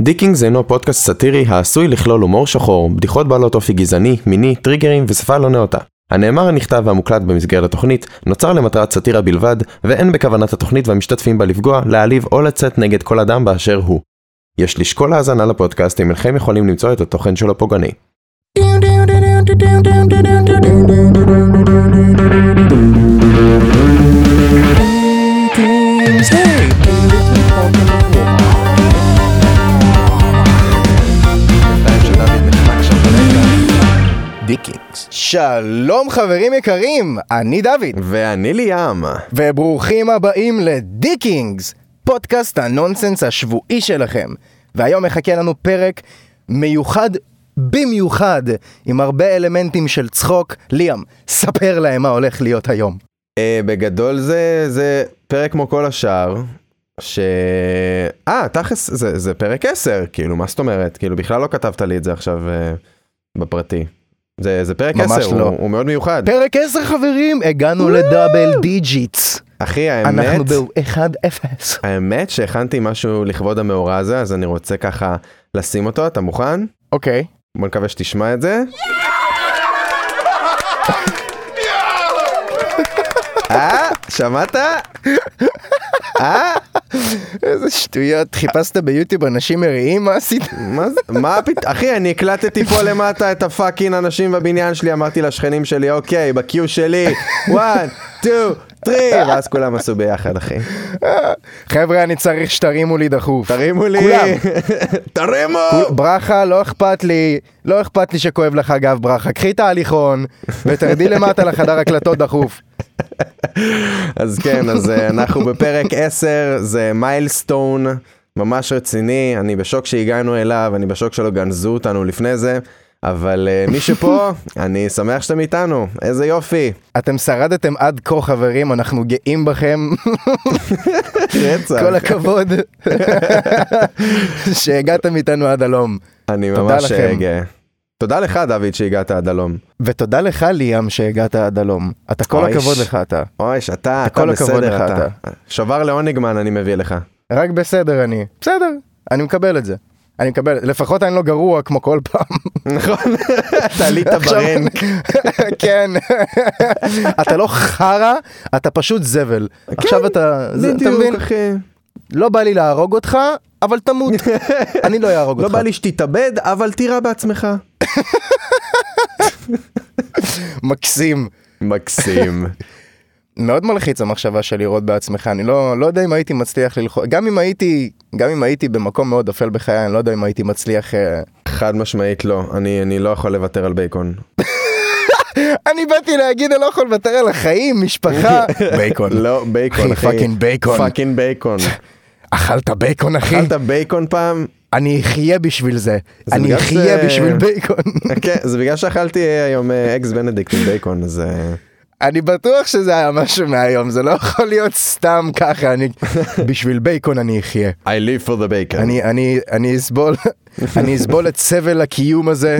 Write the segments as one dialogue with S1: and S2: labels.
S1: דיקינגס אינו פודקאסט סאטירי העשוי לכלול הומור שחור, בדיחות בעלות אופי גזעני, מיני, טריגרים ושפה לא נאותה. הנאמר הנכתב והמוקלט במסגרת התוכנית נוצר למטרת סאטירה בלבד, ואין בכוונת התוכנית והמשתתפים בה לפגוע, להעליב או לצאת נגד כל אדם באשר הוא. יש לשקול האזנה לפודקאסט אם אינכם יכולים למצוא את התוכן שלו פוגעני.
S2: שלום חברים יקרים, אני דוד,
S1: ואני ליאם.
S2: וברוכים הבאים לדיקינגס, פודקאסט הנונסנס השבועי שלכם. והיום מחכה לנו פרק מיוחד במיוחד, עם הרבה אלמנטים של צחוק. ליאם, ספר להם מה הולך להיות היום.
S1: אה, בגדול זה, זה פרק כמו כל השאר, ש... אה, תכלס זה, זה פרק 10, כאילו, מה זאת אומרת? כאילו, בכלל לא כתבת לי את זה עכשיו אה, בפרטי. זה, זה פרק
S2: ממש
S1: 10,
S2: לא.
S1: הוא, הוא מאוד מיוחד.
S2: פרק 10 חברים, הגענו לדאבל דיג'יטס.
S1: אחי,
S2: אנחנו
S1: האמת,
S2: ב-1-0.
S1: האמת שהכנתי משהו לכבוד המאורע הזה, אז אני רוצה ככה לשים אותו, אתה מוכן?
S2: אוקיי.
S1: בוא נקווה שתשמע את זה. אה, שמעת? אה?
S2: איזה שטויות, חיפשת ביוטיוב אנשים מריעים, מה עשית?
S1: מה זה? מה הפת... אחי, אני הקלטתי פה למטה את הפאקינג אנשים בבניין שלי, אמרתי לשכנים שלי, אוקיי, בקיו שלי, 1, 2, 3, ואז כולם עשו ביחד, אחי.
S2: חבר'ה, אני צריך שתרימו לי דחוף.
S1: תרימו לי!
S2: כולם.
S1: תרימו!
S2: ברכה, לא אכפת לי, לא אכפת לי שכואב לך גב ברכה, קחי את ההליכון ותרדי למטה לחדר הקלטות דחוף.
S1: אז כן, אז אה, אנחנו בפרק 10, זה מיילסטון. ממש רציני, אני בשוק שהגענו אליו, אני בשוק שלא גנזו אותנו לפני זה, אבל אה, מי שפה, אני שמח שאתם איתנו, איזה יופי,
S2: אתם שרדתם עד כה חברים, אנחנו גאים בכם,
S1: רצח.
S2: כל הכבוד שהגעתם איתנו עד הלום.
S1: אני
S2: תודה
S1: ממש אה,
S2: לכם.
S1: גאה. תודה לך, דוד, שהגעת עד הלום.
S2: ותודה לך ליאם שהגעת עד הלום, אתה כל
S1: אוי,
S2: הכבוד
S1: ש-
S2: לך אתה,
S1: אוי, אתה, אתה
S2: כל הכבוד
S1: בסדר,
S2: לך,
S1: אתה. שובר לעונגמן אני מביא לך.
S2: רק בסדר אני, בסדר, אני מקבל את זה. אני מקבל, לפחות אני לא גרוע כמו כל פעם.
S1: נכון, אתה עלית
S2: עכשיו-
S1: ברן.
S2: כן. אתה לא חרא, אתה פשוט זבל.
S1: כן,
S2: עכשיו אתה, זה- אתה מבין?
S1: אחי.
S2: לא בא לי להרוג אותך, אבל תמות. אני לא אהרוג
S1: לא
S2: אותך.
S1: בא לי שתתאבד, אבל תירה בעצמך.
S2: מקסים.
S1: מקסים.
S2: מאוד מלחיץ המחשבה של לראות בעצמך, אני לא, לא יודע אם הייתי מצליח ללחוץ, גם אם הייתי, גם אם הייתי במקום מאוד אפל בחיי, אני לא יודע אם הייתי מצליח... אה...
S1: חד משמעית לא, אני אני לא יכול לוותר על בייקון.
S2: אני באתי להגיד, אני לא יכול לוותר על החיים, משפחה. בייקון.
S1: לא, בייקון,
S2: אחי,
S1: אחי.
S2: פאקינג בייקון.
S1: פאקינג בייקון.
S2: אכלת בייקון, אחי?
S1: אכלת בייקון פעם?
S2: אני אחיה בשביל זה.
S1: זה
S2: אני
S1: בגלל
S2: אחיה
S1: ש-
S2: בשביל בייקון.
S1: כן, זה בגלל שאכלתי אה, היום אה, אקס בנדיקט עם בייקון, אז... אה,
S2: אני בטוח שזה היה משהו מהיום, זה לא יכול להיות סתם ככה, אני... בשביל בייקון אני אחיה.
S1: I live for the bacon.
S2: אני, אני, אני אסבול, אני אסבול את סבל הקיום הזה,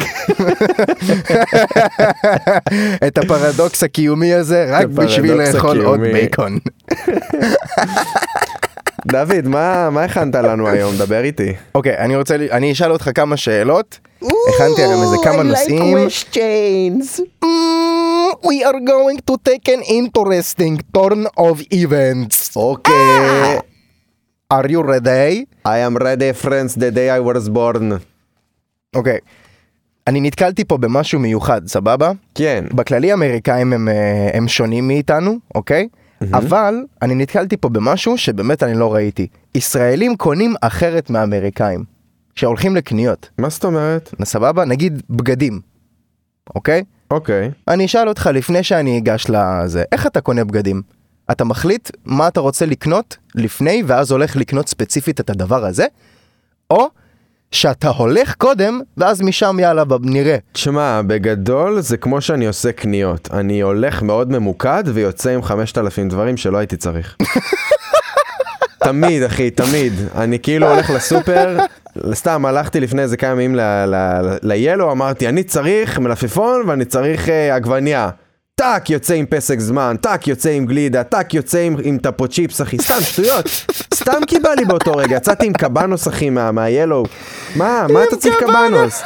S2: את הפרדוקס הקיומי הזה, רק
S1: הפרדוקס
S2: בשביל לאכול עוד
S1: הקיומי.
S2: בייקון.
S1: דוד, מה מה הכנת לנו היום? דבר איתי.
S2: אוקיי, אני רוצה, ל- אני אשאל אותך כמה שאלות, הכנתי היום איזה כמה נושאים. Mm, We are going to take an interesting turn of events.
S1: אוקיי.
S2: Are you ready?
S1: I am ready friends the day I was born.
S2: אוקיי. אני נתקלתי פה במשהו מיוחד, סבבה?
S1: כן.
S2: בכללי האמריקאים הם, אה, הם שונים מאיתנו, אוקיי? אבל אני נתקלתי פה במשהו שבאמת אני לא ראיתי. ישראלים קונים אחרת מאמריקאים, שהולכים לקניות,
S1: מה זאת אומרת?
S2: סבבה? נגיד בגדים, אוקיי?
S1: אוקיי.
S2: אני אשאל אותך לפני שאני אגש לזה, איך אתה קונה בגדים? אתה מחליט מה אתה רוצה לקנות לפני ואז הולך לקנות ספציפית את הדבר הזה, או שאתה הולך קודם ואז משם יאללה ב- נראה.
S1: תשמע, בגדול זה כמו שאני עושה קניות. אני הולך מאוד ממוקד ויוצא עם 5,000 דברים שלא הייתי צריך. תמיד, אחי, תמיד. אני כאילו הולך לסופר, סתם הלכתי לפני איזה כמה ימים ל- ל- ל-Yellow, אמרתי, אני צריך מלפפון ואני צריך אה, עגבנייה. טאק, יוצא עם פסק זמן, טאק, יוצא עם גלידה, טאק, יוצא עם, עם טפו צ'יפס, אחי, סתם שטויות. סתם כי בא לי באותו רגע, יצאתי עם קבנוס אחי מה- מהיאלו. מה, מה אתה צריך קבנוס?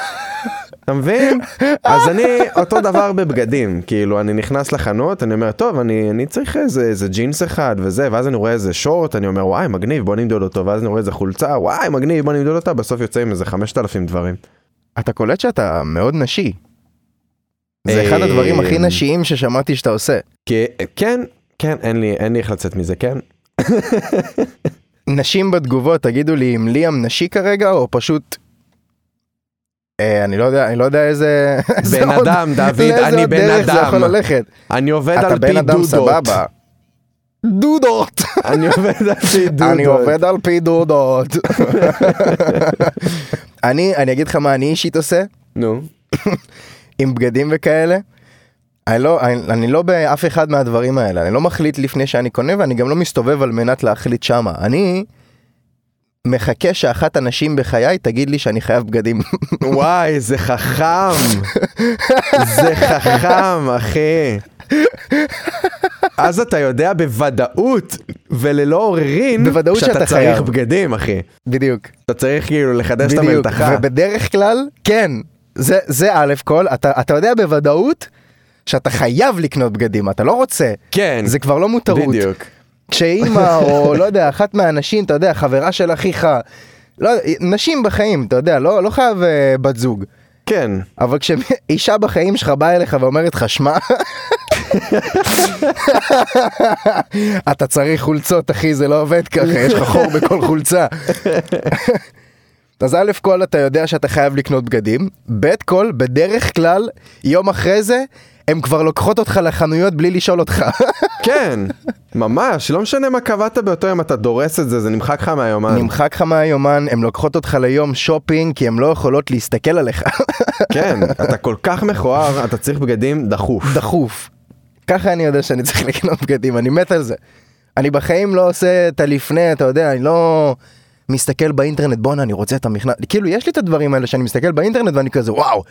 S1: אתה מבין? אז אני אותו דבר בבגדים, כאילו אני נכנס לחנות, אני אומר טוב אני, אני צריך איזה, איזה ג'ינס אחד וזה, ואז אני רואה איזה שורט, אני אומר וואי מגניב בוא נמדוד אותו, ואז אני רואה איזה חולצה, וואי מגניב בוא נמדוד אותה, בסוף יוצא עם איזה 5,000 דברים.
S2: אתה קולט שאתה מאוד נשי. זה
S1: אה,
S2: אחד הדברים הכי נשיים ששמעתי שאתה עושה.
S1: כי- כן, כן, אין לי, אין לי איך לצאת מזה, כן.
S2: נשים בתגובות, תגידו לי אם ליאם נשי כרגע, או פשוט... אה, אני לא יודע, אני לא יודע איזה... איזה
S1: בן
S2: עוד-
S1: אדם, דוד,
S2: לאיזה
S1: אני
S2: עוד
S1: בן
S2: דרך זה יכול
S1: אדם.
S2: ללכת.
S1: אני עובד
S2: אתה
S1: על פי
S2: בן אדם
S1: דודות.
S2: סבבה. דודות.
S1: אני עובד על פי דודות.
S2: אני עובד על פי דודות. אני, אני אגיד לך מה אני אישית עושה,
S1: נו.
S2: עם בגדים וכאלה. אני לא, אני, אני לא באף אחד מהדברים האלה, אני לא מחליט לפני שאני קונה ואני גם לא מסתובב על מנת להחליט שמה. אני מחכה שאחת הנשים בחיי תגיד לי שאני חייב בגדים.
S1: וואי, זה חכם. זה חכם, אחי. אז אתה יודע בוודאות וללא עוררין
S2: בוודאות שאתה
S1: צריך
S2: חייב.
S1: בגדים, אחי.
S2: בדיוק.
S1: אתה צריך כאילו לחדש את
S2: בדיוק.
S1: המלתחה.
S2: ובדרך כלל, כן. זה, זה א' כל, אתה, אתה יודע בוודאות שאתה חייב לקנות בגדים, אתה לא רוצה.
S1: כן,
S2: זה כבר לא מותרות.
S1: בדיוק.
S2: כשאימא או לא יודע אחת מהנשים אתה יודע חברה של אחיך לא נשים בחיים אתה יודע לא לא חייב uh, בת זוג
S1: כן.
S2: אבל כשאישה בחיים שלך באה אליך ואומרת לך שמע אתה צריך חולצות אחי זה לא עובד ככה יש לך חור בכל חולצה. אז א' כל אתה יודע שאתה חייב לקנות בגדים, ב' כל בדרך כלל יום אחרי זה הם כבר לוקחות אותך לחנויות בלי לשאול אותך.
S1: כן, ממש, לא משנה מה קבעת באותו יום, אתה דורס את זה, זה נמחק לך מהיומן.
S2: נמחק לך מהיומן, הן לוקחות אותך ליום שופינג כי הן לא יכולות להסתכל עליך.
S1: כן, אתה כל כך מכוער, אתה צריך בגדים דחוף.
S2: דחוף. ככה אני יודע שאני צריך לקנות בגדים, אני מת על זה. אני בחיים לא עושה את הלפני, אתה יודע, אני לא מסתכל באינטרנט, בואנה, אני רוצה את המכנס, כאילו, יש לי את הדברים האלה שאני מסתכל באינטרנט ואני כזה, וואו,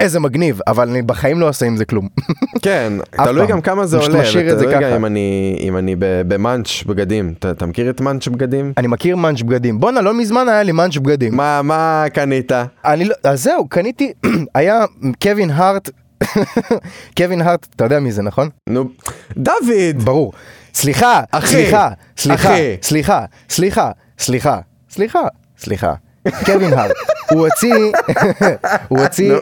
S2: איזה מגניב, אבל אני בחיים לא עושה עם זה כלום.
S1: כן,
S2: אף
S1: תלוי
S2: פעם.
S1: גם כמה זה
S2: פשוט
S1: עולה,
S2: משאיר את זה
S1: ותלוי גם
S2: ככה.
S1: אם אני, אם אני ב- במאנץ' בגדים, אתה, אתה מכיר את מאנץ' בגדים?
S2: אני מכיר מאנץ' בגדים, בואנה, לא מזמן היה לי מאנץ' בגדים.
S1: מה, מה קנית?
S2: אני לא, אז זהו, קניתי, היה קווין הארט, קווין הארט, אתה יודע מי זה, נכון?
S1: נו, דוד!
S2: ברור. סליחה,
S1: אחי,
S2: סליחה, סליחה,
S1: אחי.
S2: סליחה, סליחה, סליחה, סליחה, סליחה. קווין הארט, הוא הוציא, הוא
S1: לא.
S2: הוציא,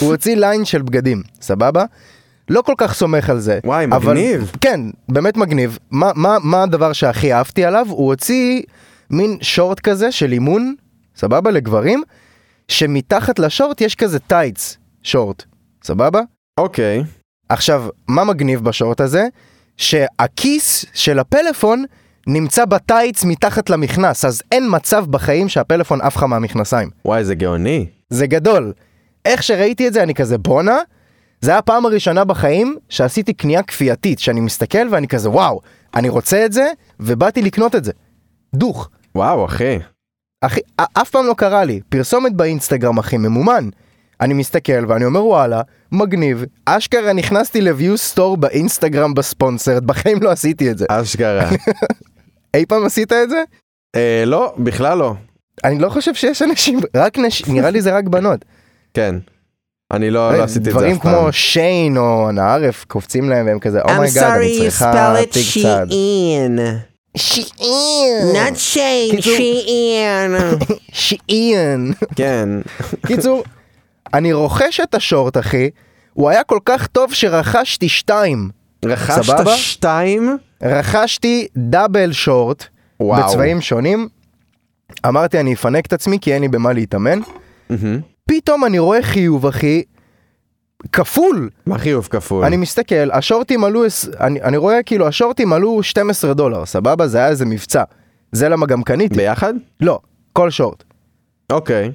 S2: הוא הוציא ליין של בגדים, סבבה? לא כל כך סומך על זה.
S1: וואי,
S2: אבל-
S1: מגניב.
S2: כן, באמת מגניב. מה- מה מה הדבר שהכי אהבתי עליו? הוא הוציא מין שורט כזה של אימון, סבבה? לגברים, שמתחת לשורט יש כזה טייץ, שורט, סבבה?
S1: אוקיי,
S2: עכשיו, מה מגניב בשורט הזה? שהכיס של הפלאפון נמצא בטייץ מתחת למכנס, אז אין מצב בחיים שהפלאפון עף לך מהמכנסיים.
S1: וואי זה גאוני.
S2: זה גדול. איך שראיתי את זה אני כזה בואנה, זה היה הפעם הראשונה בחיים שעשיתי קנייה כפייתית, שאני מסתכל ואני כזה וואו, אני רוצה את זה, ובאתי לקנות את זה. דוך.
S1: וואו אחי,
S2: אחי, א- אף פעם לא קרה לי, פרסומת באינסטגרם אחי ממומן. אני מסתכל ואני אומר וואלה, מגניב, אשכרה נכנסתי לביו סטור באינסטגרם בספונסרד, בחיים לא עשיתי את זה.
S1: אשכרה.
S2: אי פעם עשית את זה?
S1: אה, לא, בכלל לא.
S2: אני לא חושב שיש אנשים, רק נשים, נראה לי זה רק בנות.
S1: כן. אני לא, לא עשיתי את זה
S2: אה, דברים
S1: אף פעם.
S2: כמו שיין או אנה ערף קופצים להם והם כזה,
S1: Oh
S2: אומייגאד, אני צריכה תיק צד.
S3: Shein.
S1: Mm.
S2: שיעין.
S3: Not Shane,
S2: Kizu.
S3: Shein.
S2: שיעין.
S1: כן.
S2: קיצור, אני רוכש את השורט אחי, הוא היה כל כך טוב שרכשתי שתיים.
S1: רכשת
S2: סבבה?
S1: שתיים?
S2: רכשתי דאבל שורט
S1: וואו.
S2: בצבעים שונים. אמרתי אני אפנק את עצמי כי אין לי במה להתאמן.
S1: מהמם.
S2: פתאום אני רואה חיוב אחי כפול.
S1: מה חיוב כפול?
S2: אני מסתכל, השורטים עלו, עש- אני, אני רואה כאילו השורטים עלו 12 דולר, סבבה? זה היה איזה מבצע. זה למה גם קניתי.
S1: ביחד?
S2: לא, כל שורט.
S1: אוקיי.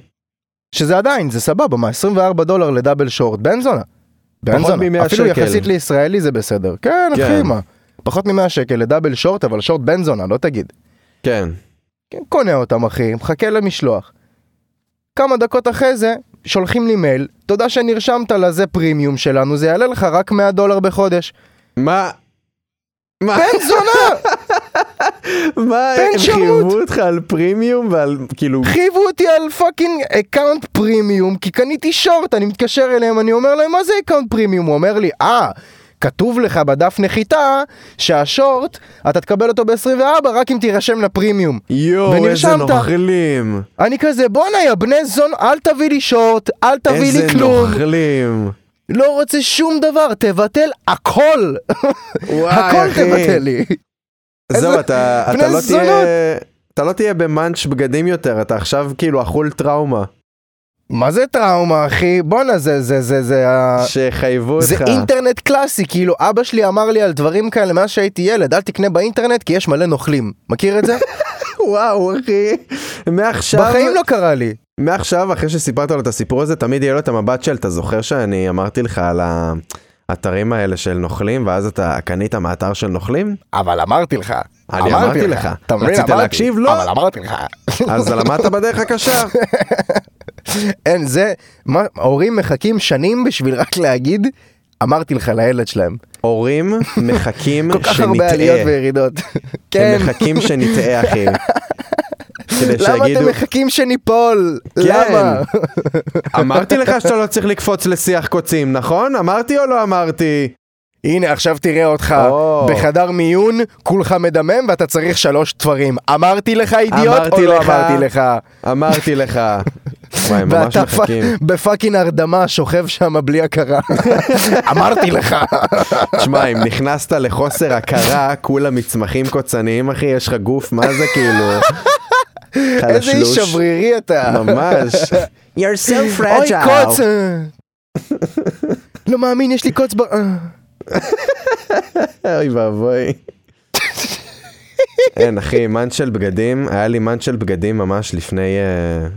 S2: שזה עדיין, זה סבבה, מה 24 דולר לדאבל שורט, בן זונה. בן
S1: פחות מ-
S2: זונה.
S1: 100
S2: אפילו
S1: שקל.
S2: יחסית לישראלי זה בסדר. כן, אחי,
S1: כן.
S2: מה. פחות מ-100 שקל לדאבל שורט, אבל שורט בן זונה, לא תגיד.
S1: כן.
S2: כן, קונה אותם אחי, מחכה למשלוח. כמה דקות אחרי זה, שולחים לי מייל, תודה שנרשמת לזה פרימיום שלנו, זה יעלה לך רק 100 דולר בחודש.
S1: מה? מה?
S2: בן זונה!
S1: מה,
S2: פן
S1: הם
S2: שירות.
S1: חייבו אותך על פרימיום ועל כאילו...
S2: חייבו אותי על פאקינג אקאונט פרימיום, כי קניתי שורט, אני מתקשר אליהם, אני אומר להם, מה זה אקאונט פרימיום? הוא אומר לי, אה, כתוב לך בדף נחיתה שהשורט, אתה תקבל אותו ב-24 רק אם תירשם לפרימיום.
S1: יואו, איזה
S2: ונרשמת.
S1: נוכלים.
S2: אני כזה, בואנה יא בני זון, אל תביא לי שורט, אל תביא
S1: איזה
S2: לי כלום,
S1: נוכלים.
S2: לא רוצה שום דבר, תבטל הכל.
S1: וואי,
S2: הכל
S1: אחי.
S2: תבטל לי.
S1: זהו,
S2: איזה-
S1: אתה
S2: בני
S1: אתה לא
S2: זונות.
S1: תהיה... אתה לא תהיה במאנץ' בגדים יותר, אתה עכשיו כאילו אכול טראומה.
S2: מה זה טראומה, אחי? בואנה, זה, זה, זה, זה, ה-
S1: שחייבו אותך.
S2: אה, זה אינטרנט קלאסי, כאילו אבא שלי אמר לי על דברים כאלה מאז שהייתי ילד, אל תקנה באינטרנט כי יש מלא נוכלים. מכיר את זה?
S1: וואו, אחי. מעכשיו...
S2: בחיים לא קרה לי.
S1: מעכשיו, אחרי שסיפרת לו את הסיפור הזה, תמיד יהיה לו את המבט של, אתה זוכר שאני אמרתי לך על האתרים האלה של נוכלים, ואז אתה קנית מאתר של נוכלים?
S2: אבל אמרתי לך.
S1: אני אמרתי לך.
S2: אתה מבין?
S1: רצית
S2: אמרתי,
S1: להקשיב? לא.
S2: אבל אמרתי לך.
S1: אז למדת בדרך הקשה.
S2: אין, זה, מה, ההורים מחכים שנים בשביל רק להגיד, אמרתי לך לילד שלהם.
S1: הורים מחכים
S2: כל כך הרבה עליות
S1: שנטעה.
S2: וירידות. כן.
S1: הם מחכים שנטעה, אחי. כדי
S2: למה
S1: שיגידו,
S2: אתם מחכים שניפול?
S1: כן.
S2: למה?
S1: אמרתי לך שאתה לא צריך לקפוץ לשיח קוצים, נכון? אמרתי או לא אמרתי?
S2: הנה עכשיו תראה אותך
S1: או.
S2: בחדר מיון, כולך מדמם ואתה צריך שלוש תפרים. אמרתי לך אידיוט או
S1: אמרתי
S2: לא
S1: לך.
S2: אמרתי לך?
S1: אמרתי לך. וואי, הם ממש
S2: ואתה פ-
S1: מחכים.
S2: בפאקינג הרדמה שוכב שם בלי הכרה. אמרתי לך.
S1: תשמע, אם נכנסת לחוסר הכרה, כולה מצמחים קוצניים, אחי, יש לך גוף, מה זה כאילו?
S2: איזה איש
S1: חלשלוש.
S2: שברירי אתה.
S1: ממש.
S3: You're so
S2: אוי
S3: fragile.
S2: קוץ. לא מאמין, יש לי קוץ ב... אה.
S1: אוי ואבוי. אין אחי, מאנט של בגדים, היה לי מאנט של בגדים ממש לפני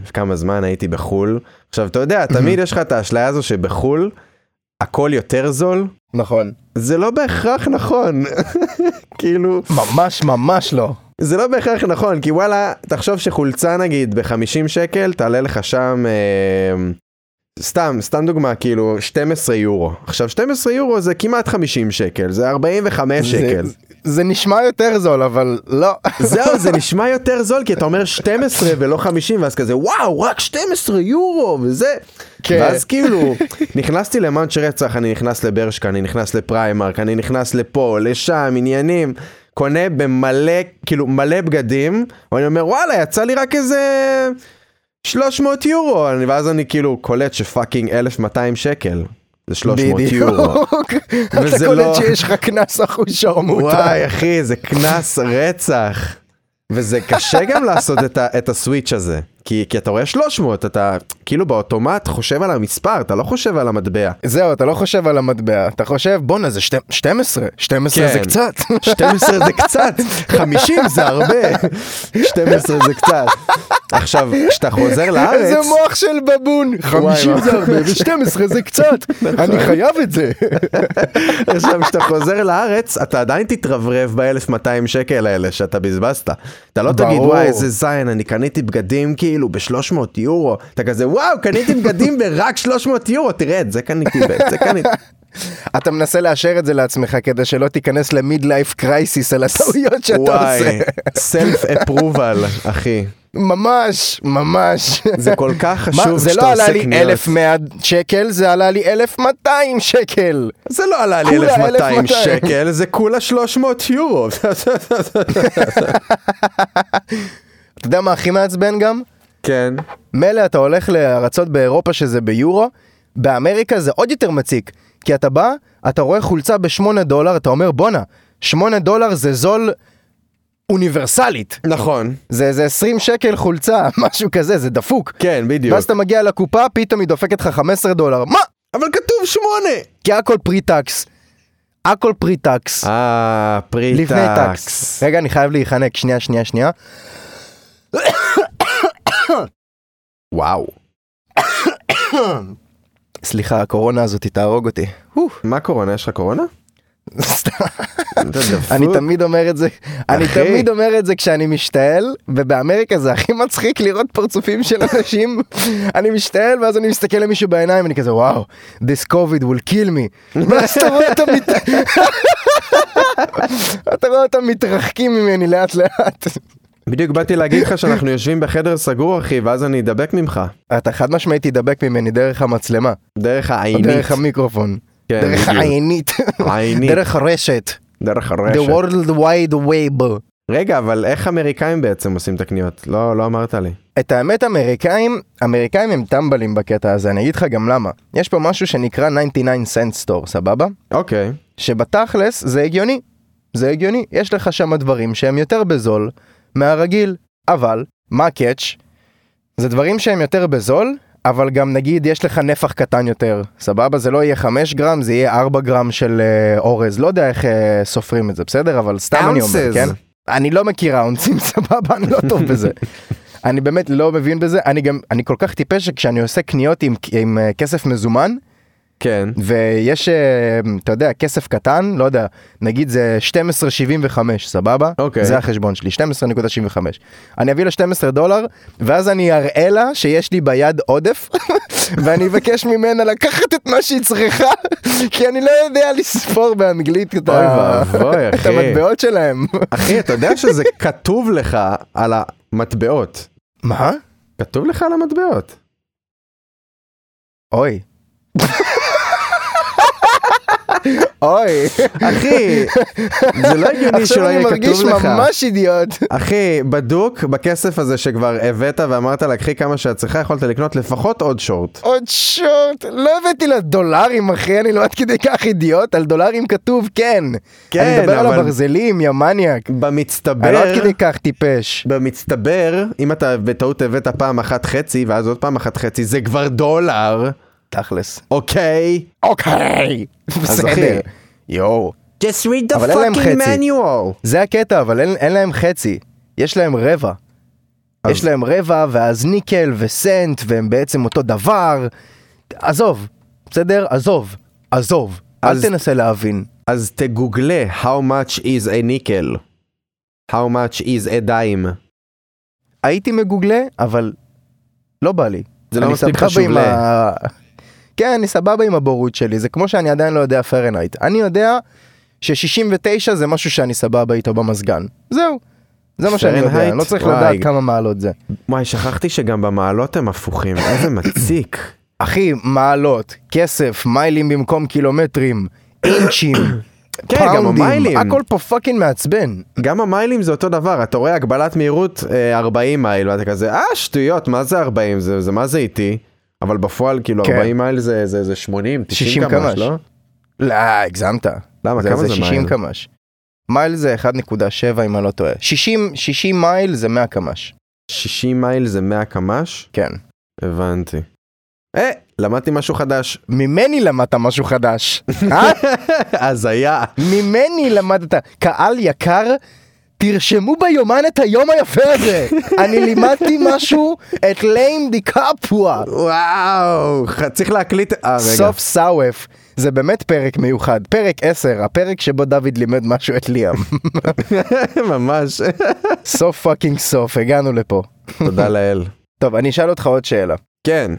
S1: uh, כמה זמן הייתי בחול. עכשיו אתה יודע, תמיד יש לך את האשליה הזו שבחול הכל יותר זול,
S2: נכון.
S1: זה לא בהכרח נכון. כאילו,
S2: ממש ממש לא.
S1: זה לא בהכרח נכון, כי וואלה, תחשוב שחולצה נגיד ב-50 שקל, תעלה לך שם, אה, סתם, סתם דוגמה, כאילו 12 יורו. עכשיו 12 יורו זה כמעט 50 שקל, זה 45 שקל.
S2: זה- זה נשמע יותר זול, אבל לא.
S1: זהו, זה נשמע יותר זול, כי אתה אומר 12 ולא 50, ואז כזה, וואו, רק 12 יורו, וזה.
S2: כן.
S1: ואז כאילו, נכנסתי למאנץ' רצח, אני נכנס לברשקה, אני נכנס לפריימרק, אני נכנס לפה, לשם, עניינים. קונה במלא, כאילו, מלא בגדים, ואני אומר, וואלה, יצא לי רק איזה 300 יורו, אני- ואז אני כאילו קולט שפאקינג 1,200 שקל. זה 300 יורו. וזה
S2: אתה
S1: לא-
S2: קולט שיש לך קנס אחוז שרמוטה.
S1: וואי אחי זה קנס רצח. וזה קשה גם לעשות את, ה, את הסוויץ' הזה. כי, כי אתה רואה 300 אתה כאילו באוטומט חושב על המספר אתה לא חושב על המטבע.
S2: זהו, אתה לא חושב על המטבע, אתה חושב, בואנה זה שתי- 12, 12
S1: כן.
S2: זה קצת.
S1: 12 זה קצת 50 זה הרבה 12 זה קצת. עכשיו כשאתה חוזר לארץ.
S2: איזה מוח של בבון, 50
S1: וואי. נכון.
S2: זה הרבה ו-12 זה קצת, אני חייב את זה.
S1: עכשיו כשאתה חוזר לארץ אתה עדיין תתרברב ב-1200 שקל האלה שאתה בזבזת. אתה לא תגיד
S2: ברור.
S1: וואי איזה זין אני קניתי בגדים כאילו ב-300 יורו. אתה כזה וואו קניתי בגדים ברק 300 יורו תראה את זה קניתי ואת זה קניתי.
S2: אתה מנסה לאשר את זה לעצמך כדי שלא תיכנס למיד לייף קרייסיס על הטעויות שאתה
S1: וואי
S2: עושה.
S1: סלף אפרובל אחי
S2: ממש, ממש.
S1: זה כל כך חשוב
S2: מה, זה
S1: כשאתה
S2: לא
S1: עושה
S2: עלה לי
S1: קניות.
S2: 1,100 שקל, זה עלה לי 1,200 שקל.
S1: זה לא עלה לי
S2: כולה
S1: 1200
S2: 1,200.
S1: שקל זה כולה 300 יורו.
S2: אתה יודע מה הכי מעצבן גם?
S1: כן.
S2: מילא אתה הולך לארצות באירופה שזה ביורו, באמריקה זה עוד יותר מציק. כי אתה בא, אתה רואה חולצה ב-8 דולר, אתה אומר בואנה, 8 דולר זה זול אוניברסלית.
S1: נכון
S2: זה, זה 20 שקל חולצה, משהו כזה, זה דפוק.
S1: כן בדיוק
S2: ואז אתה מגיע לקופה, פתאום היא דופקת לך 15 דולר. מה?
S1: אבל כתוב שמונה.
S2: כי הכל פרי-טקס. הכל פרי-טקס.
S1: אה פרי
S2: לפני
S1: טקס.
S2: טקס. רגע, אני חייב להיחנק. שנייה, שנייה, שנייה.
S1: וואו.
S2: סליחה, הקורונה הזאת תהרוג אותי.
S1: מה קורונה? יש לך קורונה?
S2: סתם.
S1: אתה דפוק.
S2: אני תמיד אומר את זה, אני
S1: אחי.
S2: תמיד אומר את זה כשאני משתעל, ובאמריקה זה הכי מצחיק לראות פרצופים של אנשים, אני משתעל ואז אני מסתכל למישהו בעיניים, אני כזה וואו, this covid will kill me, ואז אתה רואה אותם מת... אתה רואה אותם מתרחקים ממני לאט לאט.
S1: בדיוק באתי להגיד לך שאנחנו יושבים בחדר סגור אחי ואז אני אדבק ממך.
S2: אתה חד משמעית תידבק ממני דרך המצלמה,
S1: דרך
S2: או
S1: העינית.
S2: דרך המיקרופון,
S1: כן,
S2: דרך
S1: בדיוק.
S2: העינית,
S1: העינית.
S2: דרך הרשת,
S1: דרך
S2: the
S1: הרשת.
S2: world wide web.
S1: רגע אבל איך אמריקאים בעצם עושים את הקניות? לא לא אמרת לי.
S2: את האמת אמריקאים, אמריקאים הם טמבלים בקטע הזה, אני אגיד לך גם למה. יש פה משהו שנקרא 99 cent store, סבבה?
S1: אוקיי.
S2: שבתכלס זה הגיוני. זה הגיוני, יש לך שם דברים שהם יותר בזול מהרגיל. אבל, מה הקאץ'? זה דברים שהם יותר בזול, אבל גם נגיד יש לך נפח קטן יותר, סבבה? זה לא יהיה 5 גרם, זה יהיה 4 גרם של אה, אורז, לא יודע איך אה, סופרים את זה, בסדר? אבל סתם אני אומר,
S1: Ounces.
S2: כן? אני לא מכיר האונסים, סבבה? אני לא טוב בזה. אני באמת לא מבין בזה, אני גם, אני כל כך טיפש שכשאני עושה קניות עם, עם אה, כסף מזומן,
S1: כן.
S2: ויש, אה, אתה יודע, כסף קטן, לא יודע, נגיד זה 12.75, סבבה?
S1: אוקיי.
S2: זה החשבון שלי, 12.75. אני אביא לה 12 דולר, ואז אני אראה לה שיש לי ביד עודף, ואני אבקש ממנה לקחת את מה שהיא צריכה, כי אני לא יודע לספור באנגלית את,
S1: אוי
S2: ה-
S1: ואבוי
S2: את
S1: אחי.
S2: המטבעות שלהם.
S1: אחי אתה יודע שזה כתוב לך על המטבעות.
S2: מה?
S1: כתוב לך על המטבעות.
S2: אוי. אוי,
S1: אחי, זה לא הגיוני שלא
S2: עכשיו אני
S1: יהיה
S2: מרגיש
S1: כתוב לך.
S2: ממש אידיוט.
S1: אחי, בדוק, בכסף הזה שכבר הבאת ואמרת לה, קחי כמה שאת צריכה, יכולת לקנות לפחות עוד שורט.
S2: עוד שורט, לא הבאתי לה דולרים אחי, אני לא עד כדי כך אידיוט, על דולרים כתוב כן.
S1: כן,
S2: אני מדבר על
S1: אבל-
S2: הברזלים, יא מניאק. אני לא
S1: במצטבר,
S2: עד כדי כך טיפש.
S1: במצטבר, אם אתה בטעות הבאת פעם אחת חצי, ואז עוד פעם אחת חצי, זה כבר דולר,
S2: תכלס.
S1: אוקיי?
S2: אוקיי. בסדר.
S1: אחי.
S2: יואו.
S3: Just read the
S2: אבל אין להם
S3: fucking
S2: חצי.
S3: manual.
S1: יואו.
S2: זה הקטע, אבל אין- אין להם חצי. יש להם רבע.
S1: אז-
S2: יש להם רבע, ואז ניקל וסנט, והם בעצם אותו דבר. עזוב, בסדר? עזוב. עזוב. אל
S1: אז-
S2: תנסה להבין.
S1: אז תגוגלה, How much is a nickel? How much is a dime?
S2: הייתי מגוגלה, אבל לא בא לי.
S1: זה לא
S2: אני
S1: מספיק
S2: סבבה
S1: חשוב
S2: עם
S1: ל-
S2: ה... כן, אני סבבה עם הבורות שלי, זה כמו שאני עדיין לא יודע פרנייט. אני יודע ש-69 זה משהו שאני סבבה איתו במזגן. זהו. זה מה שאני יודע,
S1: פרנהייט?
S2: אני לא צריך
S1: וואי.
S2: לדעת כמה מעלות זה.
S1: וואי, שכחתי שגם במעלות הם הפוכים, איזה מציק.
S2: אחי, מעלות, כסף, מיילים במקום קילומטרים, אינצ'ים,
S1: כן, גם
S2: פאונדים,
S1: המיילים.
S2: הכל פה פאקינג מעצבן.
S1: גם המיילים זה אותו דבר, אתה רואה הגבלת מהירות אה, 40 מייל, ואתה כזה, אה, שטויות, מה זה 40? זה, זה מה זה איטי? אבל בפועל, כאילו,
S2: כן.
S1: 40 מייל זה, זה, זה 80, 90
S2: 60
S1: קמ"ש,
S2: קמ"ש.
S1: לא?
S2: לא, הגזמת.
S1: למה,
S2: זה,
S1: כמה
S2: זה
S1: זה
S2: 60
S1: מייל?
S2: קמ"ש. מייל זה 1.7 אם אני לא טועה. 60, 60 מייל זה 100 קמ"ש.
S1: 60 מייל זה 100 קמ"ש?
S2: כן.
S1: הבנתי. אה, למדתי משהו חדש.
S2: ממני למדת משהו חדש. אה?
S1: הזיה.
S2: ממני למדת. קהל יקר, תרשמו ביומן את היום היפה הזה. אני לימדתי משהו את ליים דיקפואה.
S1: וואו, ח- צריך להקליט... אה, רגע.
S2: סוף סאווף. זה באמת פרק מיוחד. פרק 10, הפרק שבו דוד לימד משהו את ליאם.
S1: ממש.
S2: סוף פאקינג סוף, הגענו לפה.
S1: תודה לאל.
S2: טוב, אני אשאל אותך עוד שאלה.
S1: כן.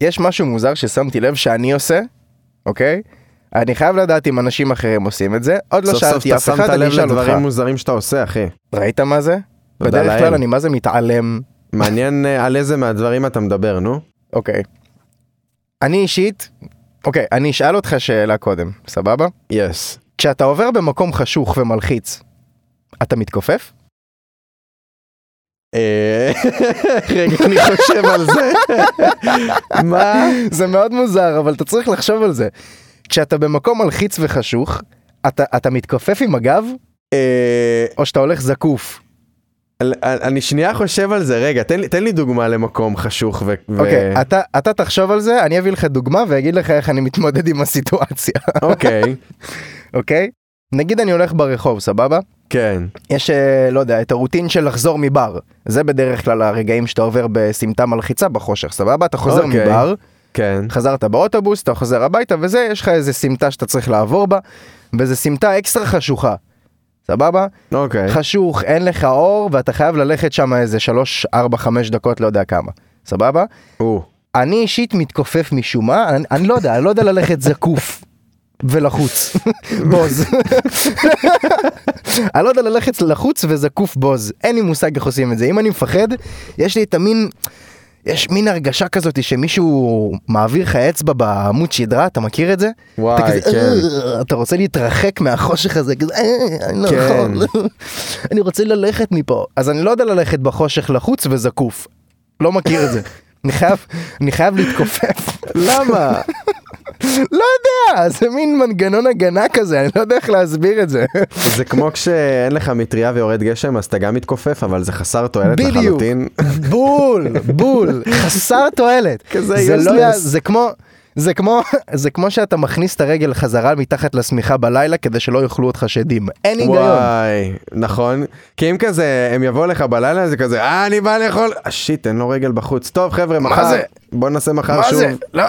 S2: יש משהו מוזר ששמתי לב שאני עושה, אוקיי? אני חייב לדעת אם אנשים אחרים עושים את זה. עוד לא
S1: סוף סוף
S2: שאלתי
S1: אתה
S2: אף
S1: שמת
S2: אחד, אני
S1: לב
S2: אשאל אותך.
S1: לדברים מוזרים שאתה עושה, אחי.
S2: ראית מה זה?
S1: תודה
S2: בדרך
S1: לאל.
S2: כלל אני מה זה מתעלם.
S1: מעניין אה, על איזה מהדברים אתה מדבר, נו.
S2: אוקיי. אני אישית, אוקיי, אני אשאל אותך שאלה קודם, סבבה?
S1: יס.
S2: כשאתה עובר במקום חשוך ומלחיץ, אתה מתכופף?
S1: אה, רגע, אני חושב על זה. מה?
S2: זה מאוד מוזר, אבל אתה צריך לחשוב על זה. כשאתה במקום מלחיץ וחשוך, אתה, אתה מתכופף עם הגב,
S1: אה,
S2: או שאתה הולך זקוף?
S1: אל- אל- אני שנייה חושב על זה, רגע, תן לי- תן לי דוגמה למקום חשוך ו... ו-
S2: אוקיי, אתה, אתה תחשוב על זה, אני אביא לך דוגמה ואגיד לך איך אני מתמודד עם הסיטואציה,
S1: אוקיי,
S2: אוקיי? נגיד אני הולך ברחוב, סבבה?
S1: כן,
S2: יש, אה, לא יודע, את הרוטין של לחזור מבר. זה בדרך כלל הרגעים שאתה עובר בסמטה מלחיצה בחושך, סבבה? אתה חוזר
S1: אוקיי.
S2: מבר,
S1: כן.
S2: חזרת באוטובוס, אתה חוזר הביתה וזה, יש לך איזה סמטה שאתה צריך לעבור בה, וזו סמטה אקסטרה חשוכה. סבבה?
S1: אוקיי.
S2: חשוך, אין לך אור, ואתה חייב ללכת שם איזה 3, 4, 5 דקות, לא יודע כמה. סבבה?
S1: או.
S2: אני אישית מתכופף משום מה, אני, אני לא יודע, אני לא יודע ללכת זקוף. ולחוץ, בוז. אני לא יודע ללכת לחוץ וזקוף בוז, אין לי מושג איך עושים את זה. אם אני מפחד, יש לי את המין, יש מין הרגשה כזאת שמישהו מעביר לך אצבע בעמוד שדרה, אתה מכיר את זה?
S1: וואי,
S2: אתה כזה,
S1: כן.
S2: "אה", אתה רוצה להתרחק מהחושך הזה, כזה, "אה, אני לא
S1: כן.
S2: יכול, אני רוצה ללכת מפה. אז אני לא יודע ללכת בחושך לחוץ וזקוף, לא מכיר את זה. אני חייב, אני חייב להתכופף.
S1: למה?
S2: לא יודע, זה מין מנגנון הגנה כזה, אני לא יודע איך להסביר את זה.
S1: זה כמו כשאין לך מטריה ויורד גשם אז אתה גם מתכופף אבל זה חסר תועלת
S2: בדיוק.
S1: לחלוטין.
S2: בול, בול, חסר תועלת.
S1: כזה
S2: זה לא
S1: useless.
S2: יע- זה כמו... זה כמו, זה כמו שאתה מכניס את הרגל חזרה מתחת לשמיכה בלילה כדי שלא יאכלו אותך שדים. אין היגיון.
S1: וואי, נכון. כי אם כזה, הם יבואו לך בלילה, זה כזה, אה, אני בא לאכול, "אה, שיט, אין לו רגל בחוץ. טוב, חבר'ה, מחר,
S2: זה?
S1: בוא נעשה מחר
S2: מה
S1: שוב.
S2: זה? לא,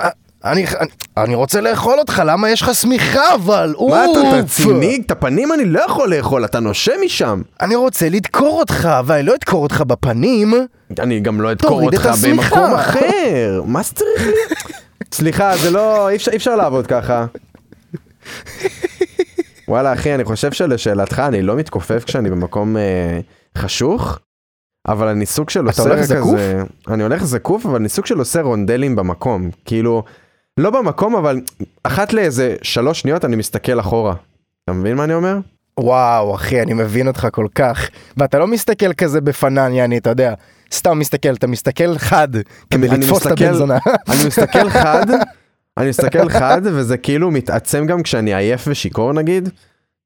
S2: אני, אני, אני רוצה לאכול אותך, למה יש לך שמיכה אבל?
S1: מה אתה, אתה
S2: אוף.
S1: ציני? את הפנים אני לא יכול לאכול, אתה נושם משם.
S2: אני רוצה לדקור אותך, אבל אני לא אדקור אותך בפנים.
S1: אני גם לא אדקור
S2: תוריד
S1: אותך
S2: את השמיכה.
S1: במקום אחר. מה זה צריך להיות? סליחה, זה לא, אי אפשר- אי אפשר לעבוד ככה. וואלה, אחי, אני חושב שלשאלתך, אני לא מתכופף כשאני במקום אה, חשוך, אבל אני סוג של עושה
S2: הולך
S1: כזה...
S2: זקוף?
S1: אני הולך זקוף, אבל אני סוג של עושה רונדלים במקום. כאילו, לא במקום, אבל אחת לאיזה שלוש שניות אני מסתכל אחורה. אתה מבין מה אני אומר?
S2: וואו, אחי, אני מבין אותך כל כך. ואתה לא מסתכל כזה בפנן, יעני, אתה יודע. סתם מסתכל, אתה מסתכל חד כדי
S1: אני
S2: לתפוס את
S1: מסתכל-
S2: הבן זונה.
S1: אני מסתכל חד, אני מסתכל חד, וזה כאילו מתעצם גם כשאני עייף ושיכור נגיד.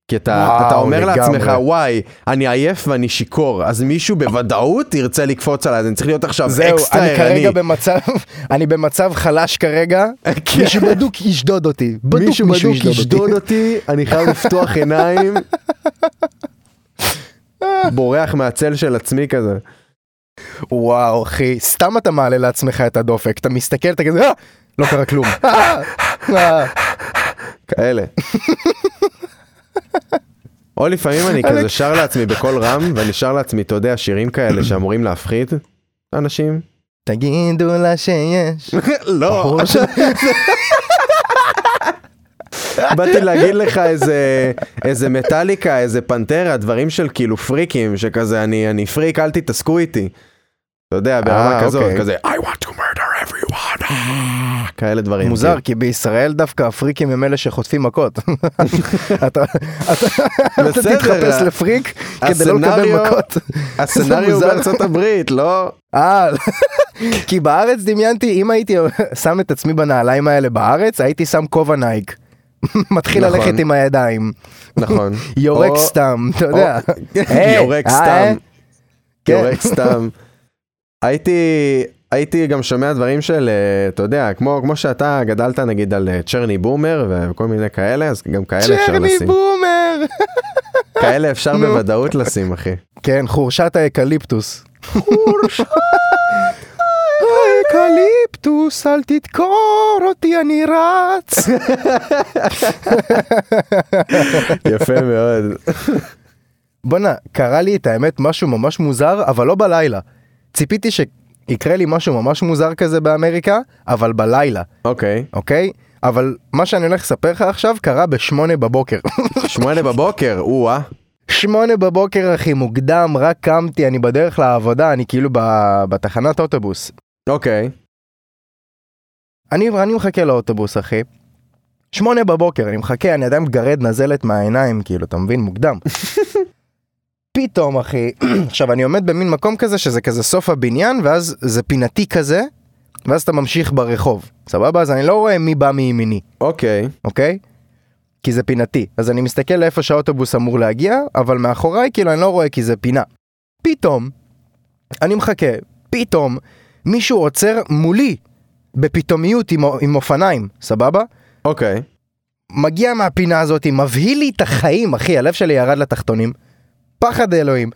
S1: כי אתה,
S2: וואו,
S1: אתה אומר
S2: לגמרי.
S1: לעצמך, וואי, אני עייף ואני שיכור, אז מישהו בוודאות ירצה לקפוץ עליי, אז אני צריך להיות עכשיו
S2: זהו,
S1: אקסטרה
S2: אני
S1: ערני.
S2: כרגע במצב, אני במצב חלש כרגע. מישהו בדוק ישדוד אותי. בדוק
S1: כן. מישהו בדוק ישדוד
S2: אותי.
S1: אותי, אני חייב לפתוח עיניים. בורח מהצל של עצמי כזה.
S2: וואו, אחי, סתם אתה מעלה לעצמך את הדופק. אתה מסתכל, אתה כזה, "אה, לא קרה כלום. אה, אה,
S1: כאלה. או לפעמים אני כזה שר לעצמי בקול רם, ואני שר לעצמי, אתה יודע, שירים כאלה שאמורים להפחיד אנשים.
S2: תגידו לה שיש.
S1: לא.
S2: ברור ש-
S1: באתי להגיד לך איזה איזה מטאליקה, איזה פנטרה, דברים של כאילו פריקים, שכזה אני אני פריק, אל תתעסקו איתי. אתה יודע, ברמה
S2: אה,
S1: כזאת,
S2: אוקיי.
S1: כזה I want to murder everyone, אה, כאלה דברים.
S2: מוזר, כי בישראל דווקא הפריקים הם אלה שחוטפים מכות. אתה- אתה אתה
S1: בסדר,
S2: תתחפש
S1: ה-
S2: לפריק כדי לא לקבל
S1: הסצנריו-
S2: מכות.
S1: כן. הסצנריו
S2: מוזר.
S1: בארצות הברית, לא?
S2: אה, כי בארץ דמיינתי, אם הייתי שם את עצמי בנעליים האלה בארץ, הייתי שם כובע נייק. מתחיל
S1: נכון.
S2: ללכת עם הידיים.
S1: נכון.
S2: יורק
S1: או-
S2: סתם, אתה יודע. היי,
S1: יורק
S2: אה,
S1: סתם.
S2: אה? כן.
S1: יורק סתם. הייתי, הייתי גם שומע דברים של, אה, אתה יודע, כמו, כמו שאתה גדלת נגיד על אה, צ'רני בומר וכל מיני כאלה, אז גם כאלה אפשר
S2: צ'רני
S1: לשים.
S2: בומר.
S1: כאלה אפשר
S2: נו.
S1: בוודאות לשים, אחי.
S2: כן, חורשת האקליפטוס. חורשת האקליפטוס, אל תדקור אותי, אני רץ.
S1: יפה מאוד.
S2: בואנה, קרה לי את האמת משהו ממש מוזר, אבל לא בלילה. ציפיתי שיקרה לי משהו ממש מוזר כזה באמריקה, אבל בלילה,
S1: אוקיי,
S2: אוקיי? אבל מה שאני הולך לספר לך עכשיו קרה בשמונה בבוקר.
S1: שמונה בבוקר, או-אה.
S2: שמונה בבוקר אחי, מוקדם, רק קמתי, אני בדרך לעבודה, אני כאילו ב- בתחנת אוטובוס.
S1: אוקיי,
S2: אני, אני מחכה לאוטובוס אחי. שמונה בבוקר, אני מחכה, אני עדיין מגרד נזלת מהעיניים, כאילו, אתה מבין? מוקדם. פתאום, אחי, עכשיו אני עומד במין מקום כזה שזה כזה סוף הבניין, ואז זה פינתי כזה, ואז אתה ממשיך ברחוב, סבבה? אז אני לא רואה מי בא מימיני,
S1: אוקיי.
S2: אוקיי? כי זה פינתי. אז אני מסתכל לאיפה שהאוטובוס אמור להגיע, אבל מאחוריי, כאילו, אני לא רואה כי זה פינה. פתאום, אני מחכה, פתאום, מישהו עוצר מולי, בפתאומיות עם, א- עם אופניים, סבבה?
S1: אוקיי,
S2: מגיע מהפינה הזאת, מבהיל לי את החיים, אחי, הלב שלי ירד לתחתונים. פחד אלוהים.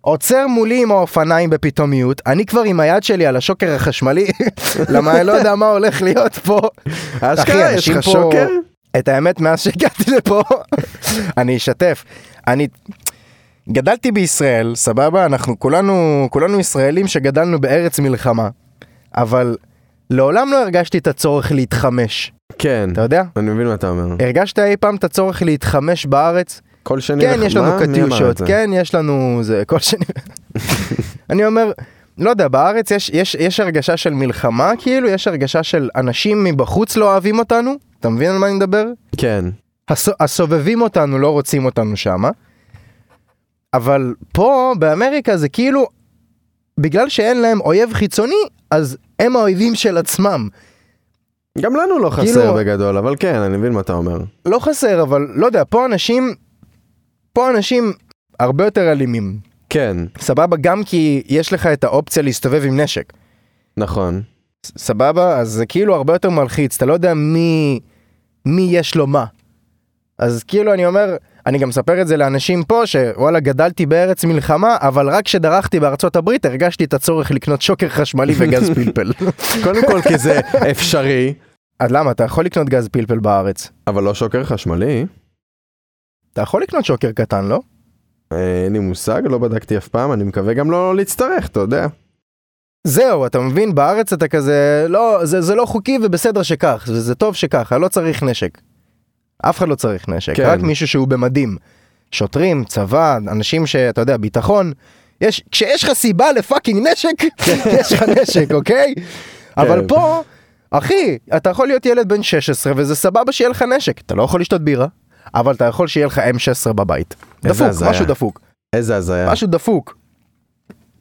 S2: עוצר מולי עם האופניים בפתאומיות, אני כבר עם היד שלי על השוקר החשמלי, למה אני לא יודע מה הולך להיות פה.
S1: אשכרה, יש
S2: אנשים
S1: לך
S2: פה-
S1: שוקר?
S2: את האמת, מאז שהגעתי לפה, אני אשתף. אני גדלתי בישראל, סבבה? אנחנו כולנו, כולנו ישראלים שגדלנו בארץ מלחמה, אבל לעולם לא הרגשתי את הצורך להתחמש,
S1: כן.
S2: אתה יודע? כן.
S1: אני מבין מה אתה אומר.
S2: הרגשת אי פעם את הצורך להתחמש בארץ?
S1: כל שני...
S2: כן,
S1: אנחנו-
S2: יש
S1: מה?
S2: לנו
S1: מי אמר את
S2: קטיושות,
S1: זה?
S2: כן, יש לנו זה, כל שני... אני אומר, לא יודע, בארץ יש, יש, יש הרגשה של מלחמה, כאילו, יש הרגשה של אנשים מבחוץ לא אוהבים אותנו, אתה מבין על מה אני מדבר?
S1: כן.
S2: הס- הסובבים אותנו לא רוצים אותנו שמה. אבל פה באמריקה זה כאילו בגלל שאין להם אויב חיצוני אז הם האויבים של עצמם.
S1: גם לנו לא חסר
S2: כאילו-
S1: בגדול, אבל כן, אני מבין מה אתה אומר.
S2: לא חסר אבל לא יודע פה אנשים פה אנשים הרבה יותר אלימים
S1: כן,
S2: סבבה גם כי יש לך את האופציה להסתובב עם נשק
S1: נכון.
S2: ס- סבבה אז זה כאילו הרבה יותר מלחיץ אתה לא יודע מי מי יש לו מה. אז כאילו אני אומר אני גם מספר את זה לאנשים פה שוואלה גדלתי בארץ מלחמה אבל רק כשדרכתי בארצות הברית הרגשתי את הצורך לקנות שוקר חשמלי וגז פלפל.
S1: קודם כל כן. כי זה אפשרי,
S2: אז למה אתה יכול לקנות גז פלפל בארץ?
S1: אבל לא שוקר חשמלי.
S2: אתה יכול לקנות שוקר קטן לא?
S1: אה, אין לי מושג, לא בדקתי אף פעם, אני מקווה גם לא להצטרך, אתה יודע.
S2: זהו אתה מבין בארץ אתה כזה לא זה, זה לא חוקי ובסדר שכך זה, זה טוב שככה לא צריך נשק. אף אחד לא צריך נשק
S1: כן.
S2: כן. רק מישהו שהוא במדים. שוטרים צבא אנשים שאתה יודע ביטחון יש כשיש לך סיבה לפאקינג נשק
S1: כן.
S2: יש לך נשק אוקיי אבל פה אחי אתה יכול להיות ילד בן 16 וזה סבבה שיהיה לך נשק אתה לא יכול לשתות בירה אבל אתה יכול שיהיה לך M16 בבית
S1: איזה
S2: דפוק
S1: הזיה.
S2: משהו דפוק.
S1: איזה הזיה.
S2: משהו דפוק.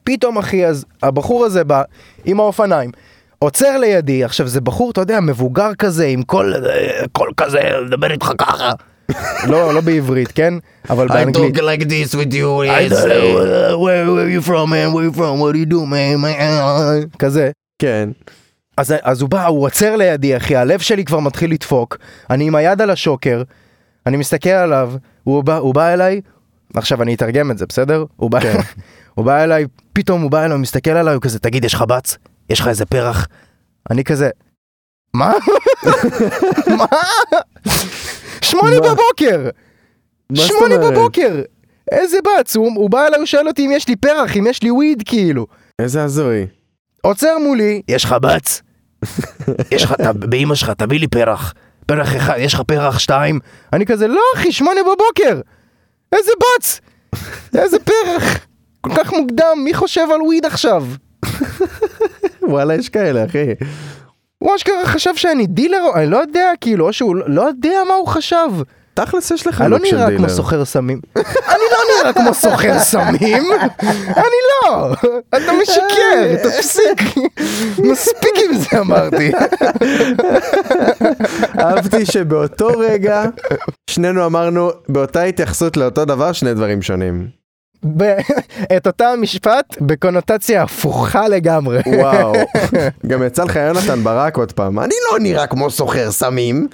S2: פתאום אחי, אז הבחור הזה בא עם האופניים, עוצר לידי, עכשיו זה בחור, אתה יודע, מבוגר כזה, עם קול, אה, קול כזה, מדבר איתך ככה. לא, לא בעברית, כן? אבל באנגלית.
S3: like this with you.
S2: I don't know, uh, where where you from man, where you from, what do you do man, my- uh, כזה.
S1: כן.
S2: אז, אז הוא בא, הוא עוצר לידי, אחי, הלב שלי כבר מתחיל לדפוק, אני עם היד על השוקר, אני מסתכל עליו, הוא בא, הוא בא אליי, עכשיו אני אתרגם את זה, בסדר? הוא בא,
S1: כן.
S2: הוא בא אליי, פתאום הוא בא אליי, הוא מסתכל עליי, הוא כזה, תגיד, יש לך בץ? יש לך איזה פרח? אני כזה, מה? מה? שמונה
S1: מה?
S2: בבוקר!
S1: מה זאת
S2: שמונה
S1: אומרת?
S2: בבוקר! איזה בץ? הוא, הוא בא אליי, הוא שואל אותי אם יש לי פרח, אם יש לי וויד, כאילו.
S1: איזה הזוי.
S2: עוצר מולי,
S3: יש לך בץ? יש לך, ת- באמא שלך, תביא לי פרח. פרח אחד, יש לך פרח שתיים?
S2: אני כזה, לא אחי, שמונה בבוקר! איזה בץ! איזה פרח! כל כך מוקדם, מי חושב על וויד עכשיו?
S1: וואלה, יש כאלה, אחי.
S2: הוא אשכרה חשב שאני דילר, או- אני לא יודע, כאילו, או שהוא לא- לא יודע מה הוא חשב.
S1: תכלס יש לך
S3: כן,
S2: אני לא
S1: לוק של
S2: נראה כמו
S1: דילר.
S2: סוחר סמים. אני לא נראה כמו סוחר סמים! אני לא! אתה משקר, תפסיק! מספיק עם זה אמרתי.
S1: אהבתי שבאותו רגע, שנינו אמרנו באותה התייחסות לאותו דבר שני דברים שונים.
S2: ב- את אותה המשפט בקונוטציה הפוכה לגמרי.
S1: וואו. גם יצא לך יונתן ברק עוד פעם, אני לא נראה כמו סוחר סמים.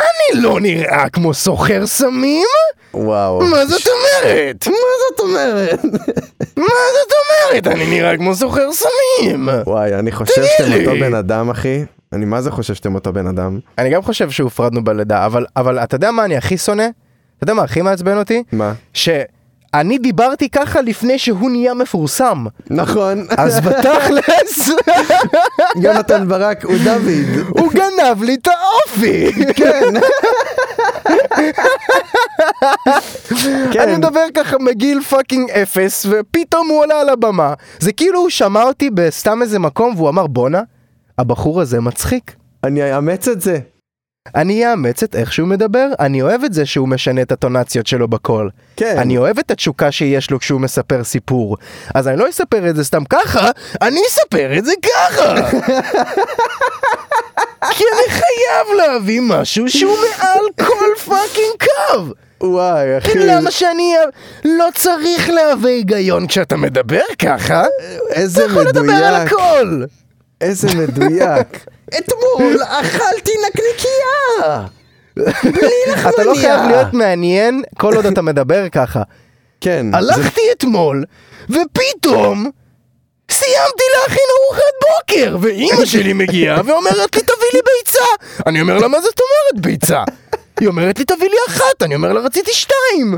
S2: אני לא נראה כמו סוחר סמים?
S1: וואו.
S2: מה זאת אומרת?
S1: מה זאת אומרת?
S2: מה זאת אומרת? אני נראה כמו סוחר סמים.
S1: וואי, אני חושב שאתם
S2: לי.
S1: אותו בן אדם, אחי. אני מה זה חושב שאתם אותו בן אדם?
S2: אני גם חושב שהופרדנו בלידה, אבל, אבל אתה יודע מה אני הכי שונא? אתה יודע מה הכי מעצבן אותי?
S1: מה?
S2: שאני דיברתי ככה לפני שהוא נהיה מפורסם.
S1: נכון.
S2: אז בתכלס,
S1: יונתן ברק הוא דוד.
S2: הוא גנב לי את האופי. אני
S1: כן.
S2: מדבר ככה מגיל פאקינג אפס, ופתאום הוא עולה על הבמה. זה כאילו הוא שמע אותי בסתם איזה מקום, והוא אמר, בואנה, הבחור הזה מצחיק.
S1: אני אאמץ את זה.
S2: אני אאמץ את איך שהוא מדבר, אני אוהב את זה שהוא משנה את הטונציות שלו בקול.
S1: כן.
S2: אני אוהב את התשוקה שיש לו כשהוא מספר סיפור. אז אני לא אספר את זה סתם ככה, אני אספר את זה ככה! כי אני חייב להביא משהו שהוא מעל כל פאקינג קו!
S1: וואי, אחי.
S2: למה שאני... לא צריך להביא היגיון כשאתה מדבר ככה?
S1: איזה
S2: לדבר על
S1: מדויק.
S2: הכל!
S1: איזה מדויק.
S3: אתמול אכלתי נקניקייה!
S2: אתה לא חייב להיות מעניין כל עוד אתה מדבר ככה.
S1: כן.
S2: הלכתי אתמול, ופתאום סיימתי להכין ארוחת בוקר, ואימא שלי מגיעה ואומרת לי תביא לי ביצה. אני אומר לה מה זאת אומרת ביצה? היא אומרת לי תביא לי אחת, אני אומר לה רציתי שתיים.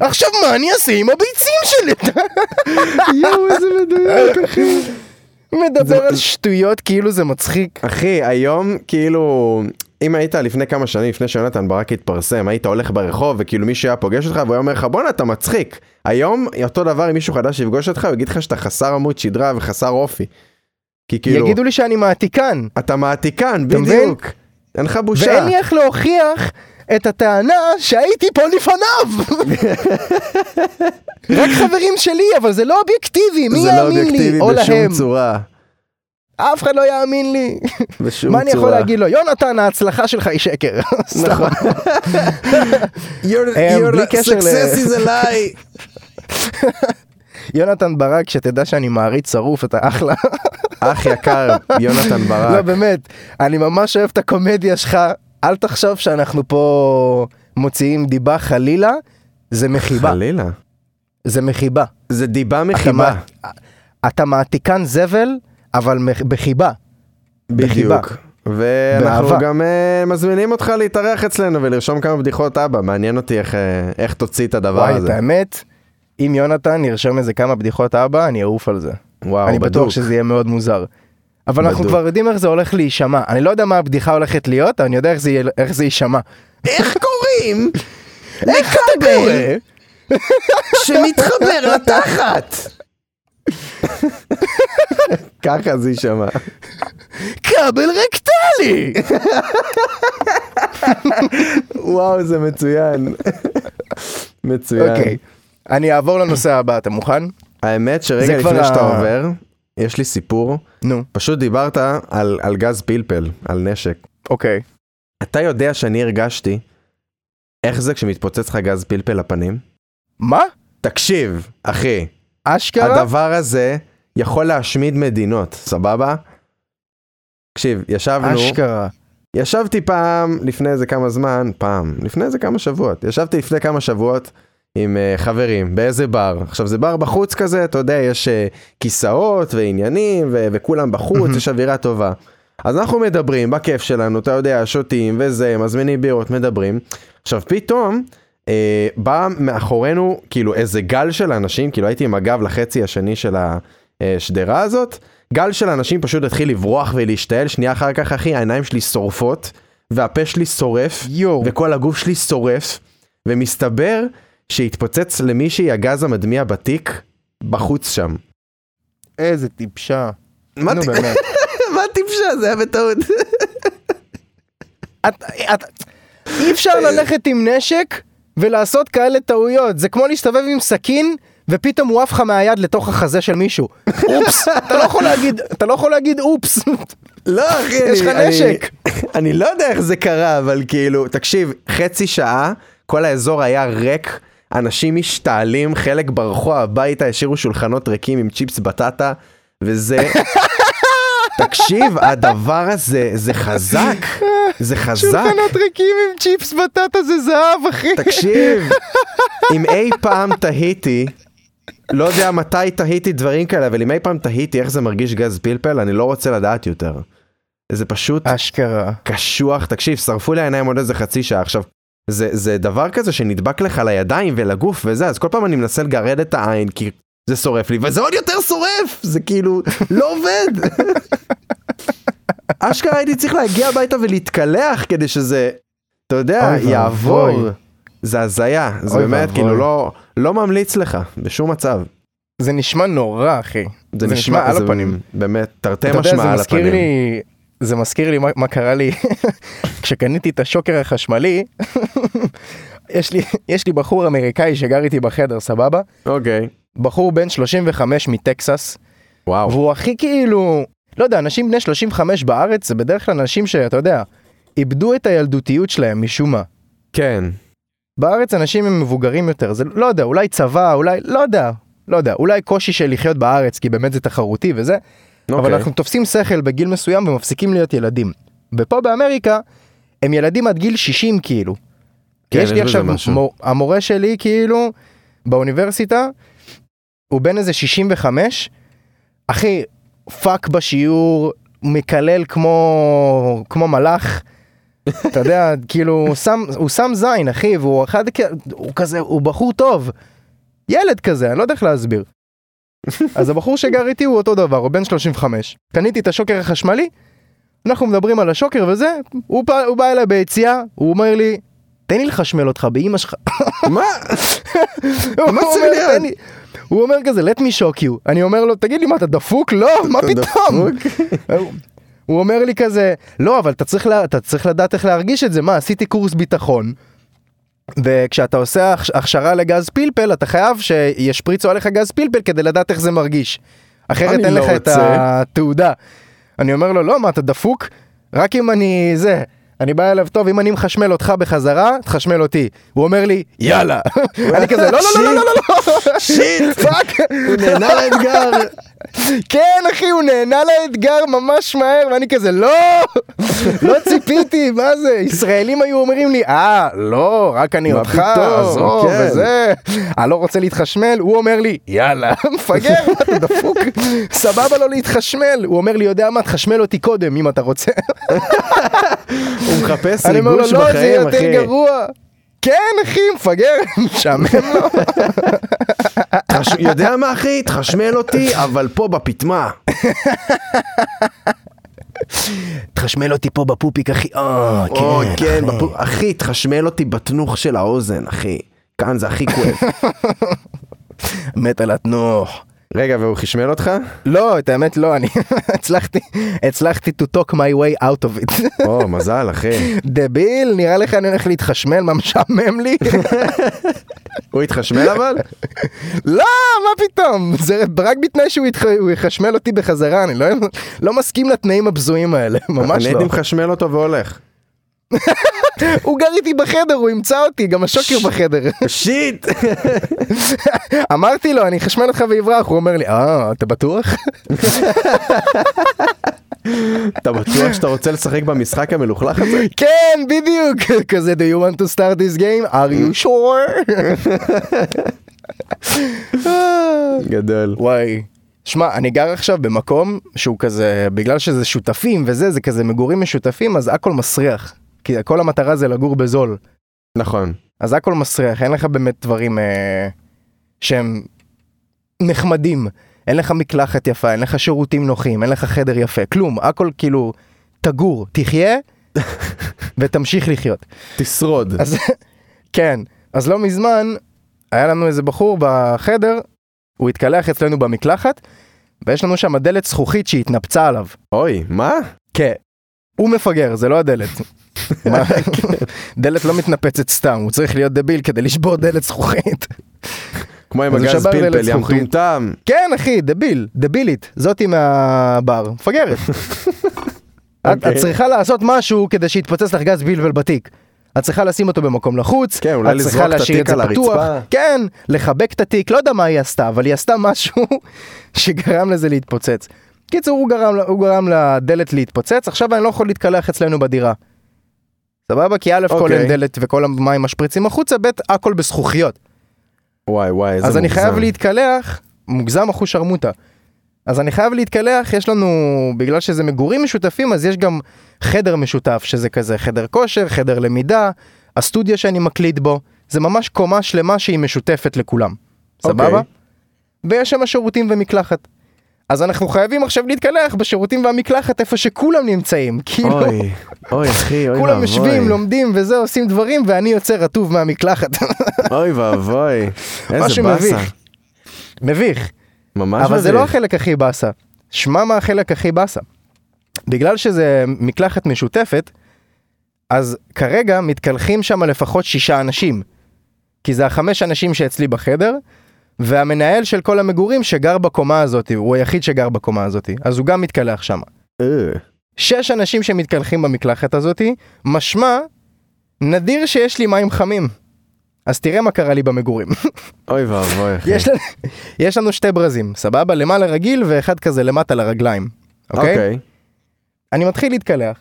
S2: עכשיו מה אני אעשה עם הביצים שלי?
S1: יואו, איזה מדויק, אחי.
S2: מדבר על שטויות כאילו זה מצחיק.
S1: אחי, היום כאילו... אם היית לפני כמה שנים, לפני שיונתן ברק התפרסם, היית הולך ברחוב וכאילו מישהו היה פוגש אותך והוא היה אומר לך בואנה אתה מצחיק. היום אותו דבר אם מישהו חדש יפגוש אותך הוא יגיד לך שאתה חסר עמוד שדרה וחסר אופי. כי כאילו,
S2: יגידו לי שאני מעתיקן,
S1: אתה מעתיקן,
S2: אתה מבין?
S1: בדיוק. אין לך בושה.
S2: ואין לי איך להוכיח את הטענה שהייתי פה לפניו. רק חברים שלי, אבל זה לא אובייקטיבי, מי
S1: זה לא
S2: יאמין לי?
S1: אובייקטיבי
S2: או להם.
S1: בשום צורה.
S2: אף אחד לא יאמין לי.
S1: בשום צורה. נכון.
S2: מה אני יכול להגיד לו? יונתן, ההצלחה שלך היא שקר. סתם. אה,
S1: Your
S2: your בלי קשר ל-
S1: success
S2: success
S1: is a lie.
S2: יונתן ברק, שתדע שאני מעריץ שרוף, אתה אחלה.
S1: אח יקר, יונתן
S2: לא,
S1: ברק.
S2: באמת, אני ממש אוהב את הקומדיה שלך. אל תחשוב שאנחנו פה מוציאים דיבה חלילה, זה מחיבה.
S1: חלילה.
S2: זה מחיבה.
S1: זה דיבה
S2: אתה
S1: מחיבה.
S2: מע- אתה מעתיקן זבל, אבל מח- בחיבה. בחיבה.
S1: בדיוק. ואנחנו
S2: באהבה.
S1: גם אה, מזמינים אותך להתארח אצלנו ולרשום כמה בדיחות אבא, מעניין אותי איך, אה, איך תוציא את הדבר
S2: וואי, את
S1: הזה.
S2: האמת, אם יונתן ירשום איזה כמה בדיחות אבא, אני אעוף על זה.
S1: וואו,
S2: אני בטוח
S1: אה, בדוק.
S2: שזה יהיה מאוד מוזר. אבל אנחנו
S1: בדוק.
S2: כבר יודעים איך זה הולך להישמע. אני לא יודע מה הבדיחה הולכת להיות, אבל אני יודע איך זה יהיה- איך זה יישמע.
S1: איך קוראים
S2: מקבל!
S1: שמתחבר לתחת? ככה זה יישמע.
S2: כבל רקטלי!
S1: כן. וואו, זה מצוין. מצוין.
S2: אוקיי, אני אעבור לנושא הבא, אתה מוכן?
S1: האמת שרגע
S2: זה כבר
S1: לפני
S2: ה-
S1: שאתה עובר, יש לי סיפור.
S2: נו,
S1: פשוט דיברת על, על גז פלפל, על נשק.
S2: אוקיי.
S1: אתה יודע שאני הרגשתי איך זה כשמתפוצץ לך גז פלפל לפנים?
S2: מה?
S1: תקשיב, אחי,
S2: אשכרה?
S1: הדבר הזה יכול להשמיד מדינות, סבבה? תקשיב, ישבנו,
S2: אשכרה.
S1: ישבתי פעם, לפני איזה כמה זמן, פעם, לפני איזה כמה שבועות, ישבתי לפני כמה שבועות עם uh, חברים באיזה בר. עכשיו זה בר בחוץ כזה, אתה יודע, יש uh, כיסאות ועניינים ו- וכולם בחוץ, יש אווירה טובה. אז אנחנו מדברים בכיף שלנו, אתה יודע, שותים וזה, מזמינים בירות, מדברים. עכשיו פתאום אה, בא מאחורינו כאילו איזה גל של אנשים, כאילו הייתי עם הגב לחצי השני של השדרה הזאת, גל של אנשים פשוט התחיל לברוח ולהשתעל, שנייה אחר כך אחי העיניים שלי שורפות, והפה שלי שורף,
S2: יואו.
S1: וכל הגוף שלי שורף, ומסתבר שהתפוצץ למישהי הגז המדמיע בתיק בחוץ שם.
S2: איזה טיפשה.
S1: מה
S2: נו
S1: ת-
S2: באמת.
S1: מה טיפשה? זה היה בטעות.
S2: את- את- אי אפשר
S1: אה.
S2: ללכת עם נשק ולעשות כאלה טעויות. זה כמו להסתובב עם סכין ופתאום הוא עף לך מהיד לתוך החזה של מישהו. אופס, אתה לא יכול להגיד, אתה לא יכול להגיד אופס.
S1: לא אחי,
S2: יש
S1: אני-
S2: לך
S1: אני-
S2: נשק.
S1: אני לא יודע איך זה קרה, אבל כאילו, תקשיב, חצי שעה, כל האזור היה ריק, אנשים משתעלים, חלק ברחו הביתה, השאירו שולחנות ריקים עם צ'יפס בטטה, וזה... תקשיב, הדבר הזה, זה חזק, זה חזק.
S2: ריקים עם צ'יפס בטטה זה זהב, אחי.
S1: תקשיב, אם אי פעם תהיתי, לא יודע מתי תהיתי דברים כאלה, אבל אם אי פעם תהיתי איך זה מרגיש גז פלפל, אני לא רוצה לדעת יותר. זה פשוט
S2: אשכרה.
S1: קשוח, תקשיב, שרפו לי העיניים עוד איזה חצי שעה עכשיו. זה, זה דבר כזה שנדבק לך לידיים ולגוף וזה, אז כל פעם אני מנסה לגרד את העין, כי זה שורף לי, וזה עוד יותר שורף! זה כאילו, לא עובד! אשכרה הייתי צריך להגיע הביתה ולהתקלח כדי שזה, אתה יודע,
S2: אוי
S1: יעבור.
S2: ואבוי.
S1: זה הזיה, זה
S2: אוי
S1: באמת,
S2: ואבוי.
S1: כאילו, לא, לא ממליץ לך, בשום מצב.
S2: זה נשמע נורא, אחי.
S1: זה, נשמע,
S2: על
S1: זה
S2: הפנים.
S1: באמת, תרתי
S2: אתה יודע,
S1: משמע
S2: זה
S1: על
S2: מזכיר
S1: הפנים.
S2: לי, זה מזכיר לי מה, מה קרה לי כשקניתי את השוקר החשמלי. יש לי, יש לי בחור אמריקאי שגר איתי בחדר, סבבה?
S1: אוקיי,
S2: בחור בן 35 מטקסס,
S1: וואו.
S2: והוא הכי כאילו, לא יודע, אנשים בני 35 בארץ זה בדרך כלל אנשים שאתה יודע, איבדו את הילדותיות שלהם משום מה.
S1: כן,
S2: בארץ אנשים הם מבוגרים יותר, זה לא יודע, אולי צבא, אולי, לא יודע, לא יודע, אולי קושי של לחיות בארץ, כי באמת זה תחרותי וזה, okay. אבל
S1: אוקיי.
S2: אנחנו תופסים שכל בגיל מסוים ומפסיקים להיות ילדים. ופה באמריקה, הם ילדים עד גיל 60 כאילו.
S1: כן,
S2: יש
S1: יש
S2: לי
S1: בזה
S2: עכשיו,
S1: משהו.
S2: מור, המורה שלי כאילו, באוניברסיטה, הוא בן איזה 65, אחי, פאק בשיעור, מקלל כמו, כמו מלאך. אתה יודע, כאילו, הוא שם, הוא שם זין, אחי, והוא אחד, כ- הוא כזה, הוא בחור טוב. ילד כזה, אני לא יודע איך להסביר. אז הבחור שגר איתי הוא אותו דבר, הוא בן 35. קניתי את השוקר החשמלי, אנחנו מדברים על השוקר וזה, הוא, פ... הוא בא אליי ביציאה, הוא אומר לי, תן לי לחשמל אותך באימא שלך.
S1: מה?
S2: הוא אומר,
S1: צריך להיות?
S2: "תן לי." הוא אומר כזה, let me shock you. אני אומר לו, תגיד לי, מה, אתה דפוק? לא, מה פתאום? הוא אומר לי כזה, לא, אבל אתה צריך, לה, אתה צריך לדעת איך להרגיש את זה, מה, עשיתי קורס ביטחון. וכשאתה עושה הכש- הכשרה לגז פלפל, אתה חייב שישפריצו עליך גז פלפל כדי לדעת איך זה מרגיש. אחרת
S1: אני
S2: אין
S1: לא
S2: לך את
S1: רוצה.
S2: התעודה. אני אומר לו, לא, מה, אתה דפוק? רק אם אני זה. אני בא אליו, טוב, אם אני מחשמל אותך בחזרה, תחשמל אותי. הוא אומר לי, יאללה. אני כזה, לא, לא, לא, לא, לא, לא, לא. שיט. פאק.
S1: הוא נהנה לאתגר.
S2: כן אחי הוא נענה לאתגר ממש מהר ואני כזה לא לא ציפיתי מה זה ישראלים היו אומרים לי אה לא רק אני
S1: מה
S2: אותך
S1: פתאום,
S2: עזוב
S1: כן.
S2: וזה אני לא רוצה להתחשמל הוא אומר לי יאללה מפגר מה, אתה דפוק סבבה לא להתחשמל הוא אומר לי יודע מה תחשמל אותי קודם אם אתה רוצה
S1: הוא מחפש
S2: אני אומר לו
S1: ריגוש
S2: לא זה
S1: בחיים,
S2: יותר
S1: אחי.
S2: גרוע כן אחי מפגר משעמם לו
S1: תחש- יודע מה, אחי? תחשמל אותי, אבל פה בפטמה.
S2: כן,
S3: תחשמל אותי פה בפופיק, אחי. אה,
S1: או,
S3: כן.
S1: כן, בפו- אחי, תחשמל אותי בתנוך של האוזן, אחי. כאן זה הכי כואב.
S2: מת על התנוח
S1: רגע, והוא חשמל אותך?
S2: לא, את האמת לא, אני הצלחתי, הצלחתי to talk my way out of it.
S1: או, מזל, אחי.
S2: דביל, נראה לך אני הולך להתחשמל, מה משעמם לי?
S1: הוא התחשמל אבל?
S2: לא, מה פתאום, זה רק בתנאי שהוא יתח... הוא יחשמל אותי בחזרה, אני לא, לא מסכים לתנאים הבזויים האלה, ממש
S1: אני הייתי
S2: לא.
S1: מחשמל אותו והולך.
S2: הוא גר איתי בחדר, הוא ימצא אותי, גם השוקר בחדר.
S1: שיט!
S2: אמרתי לו, אני אחשמל אותך ויברח, הוא אומר לי, אה, אתה בטוח?
S1: אתה בטוח שאתה רוצה לשחק במשחק המלוכלך הזה?
S2: כן, בדיוק, כזה, do you want to start this game? are you sure?
S1: גדול.
S2: וואי. שמע, אני גר עכשיו במקום שהוא כזה, בגלל שזה שותפים וזה, זה כזה מגורים משותפים, אז הכל מסריח. כי כל המטרה זה לגור בזול.
S1: נכון.
S2: אז הכל מסריח, אין לך באמת דברים אה, שהם נחמדים. אין לך מקלחת יפה, אין לך שירותים נוחים, אין לך חדר יפה, כלום. הכל כאילו, תגור, תחיה ותמשיך לחיות.
S1: תשרוד.
S2: אז כן, אז לא מזמן היה לנו איזה בחור בחדר, הוא התקלח אצלנו במקלחת, ויש לנו שם דלת זכוכית שהתנפצה עליו.
S1: אוי, מה?
S2: כן. הוא מפגר, זה לא הדלת. מה? דלת לא מתנפצת סתם, הוא צריך להיות דביל כדי לשבור דלת זכוכית.
S1: כמו עם
S2: אז הוא
S1: הגז
S2: שבר דלת
S1: פלפל, יא
S2: זכוכית.
S1: מטומטם.
S2: כן אחי, דביל, דבילית, זאתי מהבר, מפגרת. את, את
S1: אוקיי.
S2: צריכה לעשות משהו כדי שיתפוצץ לך גז בלבל בתיק. את צריכה לשים אותו במקום לחוץ,
S1: כן, אולי
S2: את צריכה
S1: לזרוק את
S2: להשאיר
S1: התיק
S2: זה
S1: על
S2: פתוח,
S1: הרצפה.
S2: כן, לחבק את התיק, לא יודע מה היא עשתה, אבל היא עשתה משהו שגרם לזה להתפוצץ. קיצור, הוא גרם, הוא גרם לדלת להתפוצץ, עכשיו אני לא יכול להתקלח אצלנו בדירה. סבבה? כי א' כל
S1: אוקיי.
S2: אין דלת וכל המים משפריצים החוצה, ב' הכל בזכוכיות.
S1: וואי וואי, איזה
S2: אז אני
S1: מוגזם.
S2: חייב להתקלח, מוגזם אחוז שרמוטה. אז אני חייב להתקלח, יש לנו, בגלל שזה מגורים משותפים, אז יש גם חדר משותף, שזה כזה חדר כושר, חדר למידה, הסטודיו שאני מקליט בו, זה ממש קומה שלמה שהיא משותפת לכולם. סבבה?
S1: אוקיי.
S2: ויש שם שירותים ומקלחת. אז אנחנו חייבים עכשיו להתקלח בשירותים והמקלחת איפה שכולם נמצאים, כאילו,
S1: אוי, אוי אחי, אוי
S2: כולם
S1: ואבוי.
S2: יושבים, לא לומדים וזה, עושים דברים, ואני יוצא רטוב מהמקלחת.
S1: אוי ואבוי. איזה
S2: משהו
S1: באסה.
S2: מביך. מביך.
S1: ממש מביך.
S2: אבל זה לא החלק הכי באסה. שמע מה החלק הכי באסה. בגלל שזה מקלחת משותפת, אז כרגע מתקלחים שם לפחות שישה אנשים. כי זה החמש אנשים שאצלי בחדר, והמנהל של כל המגורים שגר בקומה הזאת, הוא היחיד שגר בקומה הזאת, אז הוא גם מתקלח שם.
S1: אה,
S2: שש אנשים שמתקלחים במקלחת הזאת, משמע, נדיר שיש לי מים חמים. אז תראה מה קרה לי במגורים.
S1: אוי ואבוי. אחי.
S2: יש לנו, יש לנו שתי ברזים, סבבה? למעלה רגיל ואחד אוקיי? כזה למטה לרגליים, אוקיי? Okay?
S1: אוקיי.
S2: אני מתחיל להתקלח.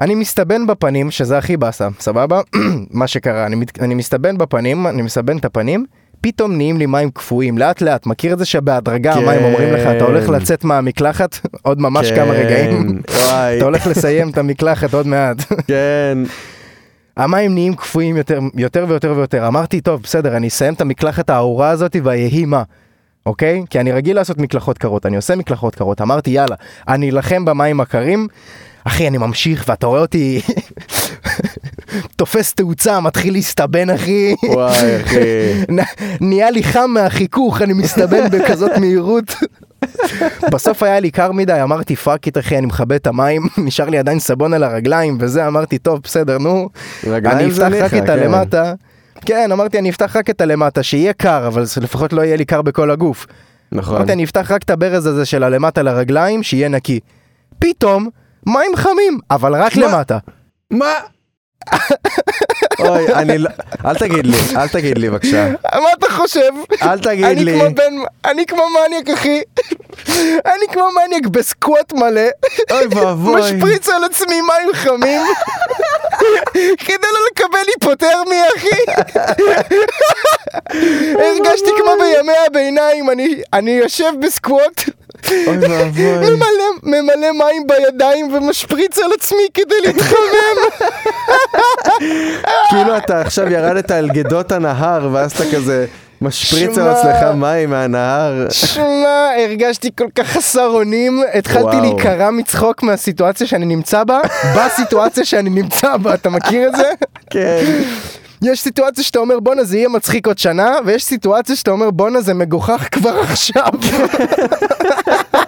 S2: אני מסתבן בפנים, שזה הכי באסה, סבבה? מה שקרה, אני, מת, אני מסתבן בפנים, אני מסבן את הפנים, פתאום נהיים לי מים קפואים, לאט לאט, מכיר את זה שבהדרגה
S1: כן.
S2: המים אומרים לך, אתה הולך לצאת מהמקלחת עוד ממש כמה
S1: כן,
S2: רגעים,
S1: וואי,
S2: אתה הולך לסיים את המקלחת עוד מעט.
S1: כן.
S2: המים נהיים קפואים יותר, יותר ויותר ויותר. אמרתי, טוב, בסדר, אני אסיים את המקלחת הארורה הזאת ויהי מה. אוקיי? כי אני רגיל לעשות מקלחות קרות, אני עושה מקלחות קרות. אמרתי, יאללה, אני אלחם במים הקרים. אחי, אני ממשיך, ואתה רואה אותי תופס תאוצה, מתחיל להסתבן, אחי.
S1: וואי, אחי.
S2: נ- נהיה לי חם מהחיכוך, אני מסתבן בכזאת מהירות. בסוף היה לי קר מדי, אמרתי פאק איט אחי, אני מכבה את המים, נשאר לי עדיין סבון על הרגליים וזה, אמרתי טוב בסדר נו,
S1: רגליים
S2: אני
S1: זה
S2: אפתח רק
S1: ניחא, כן.
S2: את הלמטה. כן, אמרתי אני אפתח רק את הלמטה, שיהיה קר, אבל לפחות לא יהיה לי קר בכל הגוף.
S1: נכון.
S2: אמרתי אני אפתח רק את הברז הזה של הלמטה לרגליים, שיהיה נקי. פתאום, מים חמים, אבל רק
S1: מה?
S2: למטה.
S1: מה? אוי, אני לא... אל תגיד לי, אל תגיד לי בבקשה.
S2: מה אתה חושב?
S1: אל תגיד
S2: אני
S1: לי.
S2: כמו בן, אני כמו מניאק אחי, אני כמו מניאק בסקווט מלא,
S1: אוי ואבוי.
S2: משפריץ על עצמי מים חמים, כדי לא לקבל היפותרמיה אחי, הרגשתי כמו בימי הביניים, אני, אני יושב בסקווט,
S1: אוי ואבוי.
S2: ממלא, ממלא מים בידיים ומשפריץ על עצמי כדי להתחמם,
S1: כאילו אתה עכשיו ירדת על גדות הנהר, ואז אתה כזה משפריץ על
S2: שמע.
S1: עצמך מים מהנהר.
S2: שמע, הרגשתי כל כך חסר אונים, התחלתי
S1: וואו.
S2: להיקרע מצחוק מהסיטואציה שאני נמצא בה, בסיטואציה שאני נמצא בה, אתה מכיר את זה?
S1: כן.
S2: יש סיטואציה שאתה אומר בואנה זה יהיה מצחיק עוד שנה, ויש סיטואציה שאתה אומר בואנה זה מגוחך כבר עכשיו.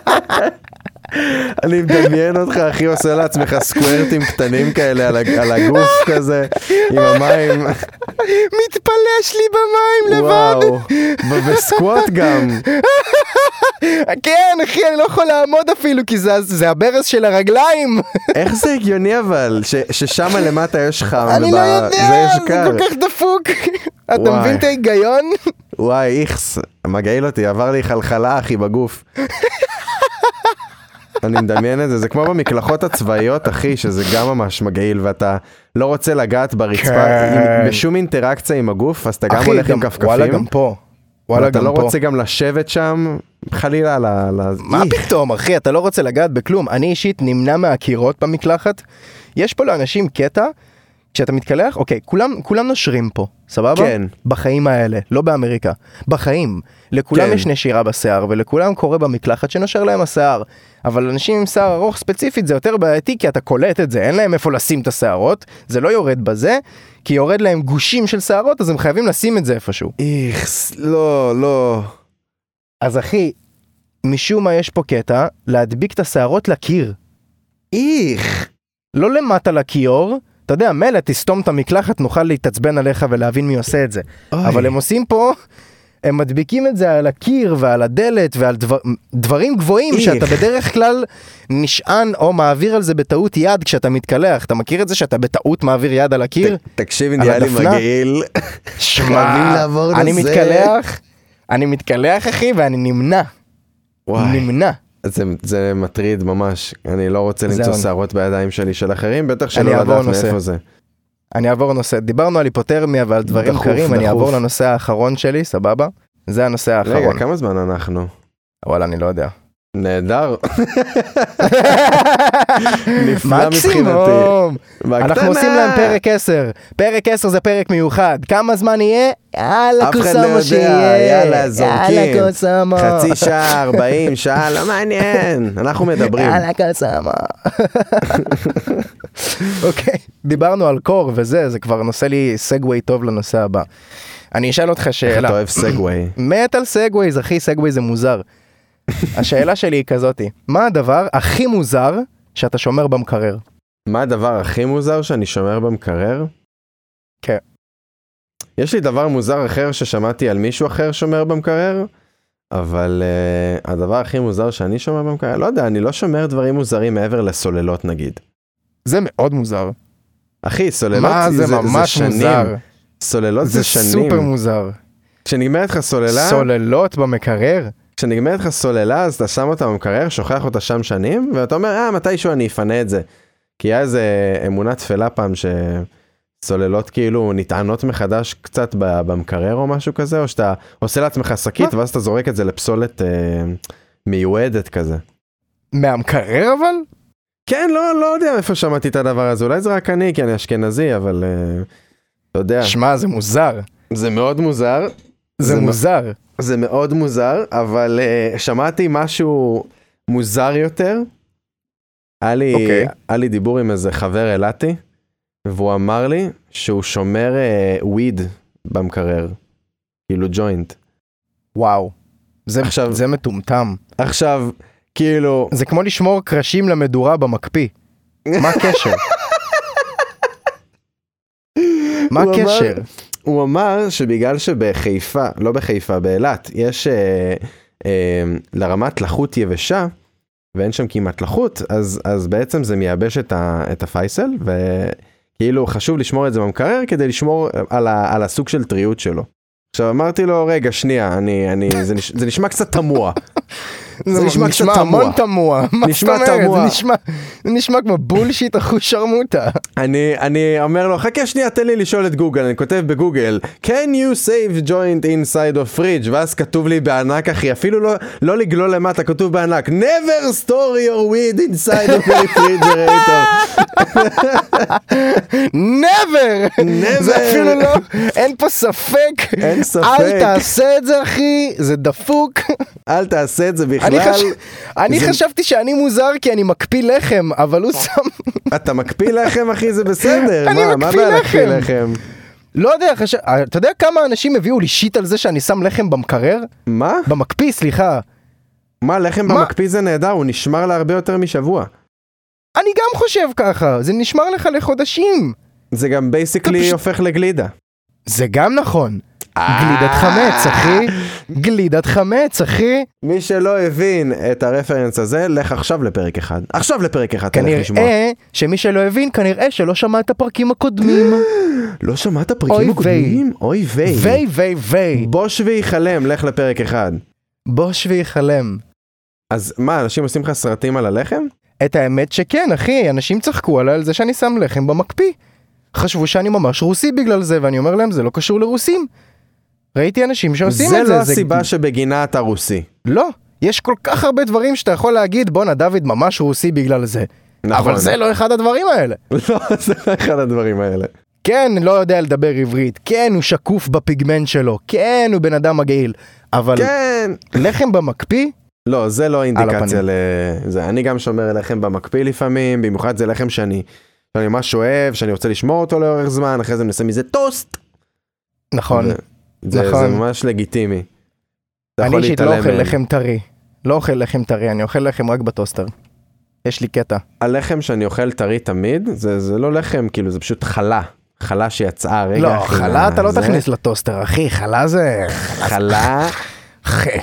S1: אני מדמיין אותך, אחי, עושה לעצמך סקוורטים קטנים כאלה על הג- על הגוף כזה, עם המים.
S2: מתפלש לי במים לבד.
S1: וואו. ובסקווט גם.
S2: כן אחי אני לא יכול לעמוד אפילו כי זה, זה הברז של הרגליים.
S1: איך זה הגיוני אבל, ש- ששם למטה יש חם,
S2: אני לא
S1: וב-
S2: יודע,
S1: זה יש
S2: זה
S1: קר.
S2: כל כך דפוק. אתה
S1: וואי.
S2: מבין את ההיגיון?
S1: וואי, איכס, מגעיל אותי, עבר לי חלחלה, אחי, בגוף. אני מדמיין את זה, זה כמו במקלחות הצבאיות, אחי, שזה גם ממש מגעיל, ואתה לא רוצה לגעת ברצפה,
S2: כן.
S1: עם- בשום אינטראקציה עם הגוף, אז אתה גם
S2: אחי,
S1: הולך עם
S2: גם- וואלה
S1: כפכפים,
S2: גם פה. וואלה
S1: ואתה
S2: גם
S1: לא
S2: פה.
S1: רוצה גם לשבת שם, חלילה, ל... ל-
S2: מה
S1: איך.
S2: פתאום אחי אתה לא רוצה לגעת בכלום אני אישית נמנע מהקירות במקלחת יש פה לאנשים קטע כשאתה מתקלח אוקיי כולם כולם נושרים פה סבבה
S1: כן.
S2: בחיים האלה לא באמריקה בחיים לכולם
S1: כן.
S2: יש נשירה בשיער ולכולם קורה במקלחת שנושר להם השיער אבל אנשים עם שיער ארוך ספציפית זה יותר בעייתי כי אתה קולט את זה אין להם איפה לשים את השערות זה לא יורד בזה כי יורד להם גושים של שערות אז הם חייבים לשים את זה איפשהו.
S1: איכס, לא, לא.
S2: אז אחי, משום מה יש פה קטע להדביק את השערות לקיר. איך. לא למטה לכיור, אתה יודע, מילא תסתום את המקלחת, נוכל להתעצבן עליך ולהבין מי עושה את זה.
S1: אוי.
S2: אבל הם עושים פה, הם מדביקים את זה על הקיר ועל הדלת ועל דבר, דברים גבוהים
S1: איך.
S2: שאתה בדרך כלל נשען או מעביר על זה בטעות יד כשאתה מתקלח. אתה מכיר את זה שאתה בטעות מעביר יד על הקיר?
S1: ת- תקשיב, נהיה לי
S2: הדפנה?
S1: מגעיל. חייבים לעבור
S2: אני
S1: לזה.
S2: מתקלח, אני מתקלח אחי ואני נמנע,
S1: וואי.
S2: נמנע.
S1: זה, זה מטריד ממש, אני לא רוצה
S2: זהו.
S1: למצוא שערות בידיים שלי של אחרים, בטח שלא
S2: אני אעבור
S1: לדעת
S2: נושא.
S1: מאיפה זה.
S2: אני אעבור נושא, דיברנו על היפותרמיה ועל דברים
S1: דחוף,
S2: קרים, אני
S1: דחוף.
S2: אעבור לנושא האחרון שלי, סבבה? זה הנושא
S1: רגע,
S2: האחרון.
S1: כמה זמן אנחנו?
S2: וואלה, אני לא יודע.
S1: נהדר.
S2: מקסימום! אנחנו
S1: בקטנה.
S2: עושים להם פרק 10. פרק 10 זה פרק מיוחד. כמה זמן יהיה? יאללה,
S1: אף אחד לא
S2: קוסאמו
S1: יודע,
S2: שיהיה.
S1: יאללה, זורקים.
S2: יאללה, קוסאמו.
S1: חצי שעה, 40 שעה, לא מעניין. אנחנו מדברים.
S2: יאללה, קוסאמו. אוקיי, דיברנו על קור וזה, זה כבר נושא לי סגווי טוב לנושא הבא. אני אשאל אותך
S1: אתה
S2: שאלה.
S1: אוהב סגווי.
S2: מת על סגווייז אחי סגווייז זה מוזר. השאלה שלי היא כזאתי מה הדבר הכי מוזר שאתה שומר במקרר
S1: מה הדבר הכי מוזר שאני שומר במקרר?
S2: כן.
S1: יש לי דבר מוזר אחר ששמעתי על מישהו אחר שומר במקרר, אבל uh, הדבר הכי מוזר שאני שומר במקרר, לא יודע, אני לא שומר דברים מוזרים מעבר לסוללות נגיד.
S2: זה מאוד מוזר
S1: אחי, סוללות
S2: מה זה ממש
S1: שנים.
S2: מוזר
S1: סוללות זה,
S2: זה
S1: שנים.
S2: סופר מוזר
S1: כשנגמרת לך סוללה,
S2: סוללות במקרר
S1: כשנגמרת לך סוללה, אז אתה שם אותה במקרר, שוכח אותה שם שנים, ואתה אומר, אה, מתישהו אני אפנה את זה. כי היה איזה אמונה תפלה פעם שצוללות כאילו נטענות מחדש קצת ב- במקרר או משהו כזה, או שאתה עושה לעצמך שקית ואז אתה זורק את זה לפסולת אה, מיועדת כזה.
S2: מהמקרר אבל?
S1: כן, לא, לא יודע איפה שמעתי את הדבר הזה, אולי זה רק אני, כי אני אשכנזי, אבל אה, אתה יודע,
S2: שמע, זה מוזר.
S1: זה מאוד מוזר,
S2: כן. זה
S1: זה
S2: מוזר.
S1: זה מאוד מוזר, אבל uh, שמעתי משהו מוזר יותר. היה לי,
S2: אוקיי.
S1: okay. היה לי דיבור עם איזה חבר אילתי, והוא אמר לי שהוא שומר אה, וויד במקרר, כאילו ג'וינט.
S2: וואו. זה,
S1: עכשיו-
S2: זה מטומטם.
S1: עכשיו, כאילו,
S2: זה כמו לשמור קרשים למדורה במקפיא. מה הקשר? מה
S1: הוא אמר-
S2: הקשר?
S1: הוא אמר שבגלל שבחיפה, לא בחיפה, באילת, יש אה, אה, לרמת לחות יבשה, ואין שם כמעט לחות, אז, אז בעצם זה מייבש את, ה, את הפייסל, וכאילו חשוב לשמור את זה במקרר כדי לשמור על, ה, על הסוג של טריות שלו. עכשיו אמרתי לו, רגע, שנייה, אני, אני, זה, נש, זה נשמע קצת תמוה. זה נשמע קצת תמוה.
S2: המון תמוה. מה זאת
S1: נשמע
S2: אומרת?
S1: תמוה.
S2: זה נשמע- זה נשמע כמו בולשיט אחוז שרמוטה.
S1: אני, אני אומר לו, חכה שנייה, תן לי לשאול את גוגל, אני כותב בגוגל, can you save joint inside of fridge, ואז כתוב לי בענק, אחי, אפילו לא, לא לגלול למטה, כתוב בענק, never store your weed inside of a refrigerator.
S2: never!
S1: Never.
S2: זה אפילו לא, אין פה ספק.
S1: אין ספק.
S2: אל תעשה את זה אחי, זה דפוק.
S1: אל תעשה את זה בכלל.
S2: אני, חש... אני
S1: זה-
S2: חשבתי שאני מוזר כי אני מקפיא לחם, אבל הוא שם,
S1: אתה מקפיא לחם, אחי, זה בסדר.
S2: אני
S1: מה, מה
S2: מקפיא
S1: בעיה להקפיא
S2: לחם.
S1: לחם?
S2: לא יודע, חש... אתה יודע כמה אנשים הביאו לי שיט על זה שאני שם לחם במקרר?
S1: מה?
S2: במקפיא, סליחה.
S1: מה, לחם
S2: מה?
S1: במקפיא זה נהדר, הוא נשמר להרבה יותר משבוע.
S2: אני גם חושב ככה, זה נשמר לך לחודשים.
S1: זה גם בייסיקלי
S2: פשוט-
S1: הופך לגלידה.
S2: זה גם נכון. גלידת
S1: אה.
S2: חמץ, אחי. גלידת חמץ, אחי.
S1: מי שלא הבין את הרפרנס הזה, לך עכשיו לפרק אחד. עכשיו לפרק אחד, תלך לשמוע.
S2: כנראה אה, שמי שלא הבין, כנראה שלא שמע את הפרקים הקודמים.
S1: לא שמעת
S2: אוי
S1: פרקים הקודמים? אוי ויי.
S2: ויי ויי ויי.
S1: בוש וייחלם, לך לפרק אחד.
S2: בוש וייחלם.
S1: אז מה, אנשים עושים לך סרטים על הלחם?
S2: את האמת שכן, אחי, אנשים צחקו עליי על זה שאני שם לחם במקפיא. חשבו שאני ממש רוסי בגלל זה, ואני אומר להם, זה לא קשור לרוסים. ראיתי אנשים שעושים
S1: זה
S2: את זה.
S1: לא הסיבה שבגינה אתה רוסי.
S2: לא, יש כל כך הרבה דברים שאתה יכול להגיד, בואנה, דוד ממש רוסי בגלל זה.
S1: נכון.
S2: אבל זה לא אחד הדברים האלה.
S1: לא, זה לא אחד הדברים האלה.
S2: כן, לא יודע לדבר עברית, כן, הוא שקוף בפיגמנט שלו, כן, הוא בן אדם מגעיל, אבל
S1: כן.
S2: לחם במקפיא?
S1: לא, זה לא אינדיקציה
S2: הפנים.
S1: לזה. אני גם שומר לחם במקפיא לפעמים, במיוחד זה לחם שאני שאני ממש אוהב, שאני רוצה לשמור אותו לאורך זמן, אחרי זה אני עושה מזה טוסט.
S2: נכון,
S1: זה- זה
S2: נכון.
S1: זה ממש לגיטימי. אתה
S2: אני
S1: יכול
S2: אישית לא
S1: להתעלם
S2: אוכל
S1: מהם.
S2: לחם טרי. לא אוכל לחם טרי, אני אוכל לחם רק בטוסטר. יש לי קטע.
S1: הלחם שאני אוכל טרי תמיד, זה, זה לא לחם, כאילו, זה פשוט חלה. חלה שיצאה רגע.
S2: לא,
S1: אחרי
S2: חלה אתה לא
S1: זה.
S2: תכניס לטוסטר, אחי, חלה זה...
S1: חלה,
S2: חי.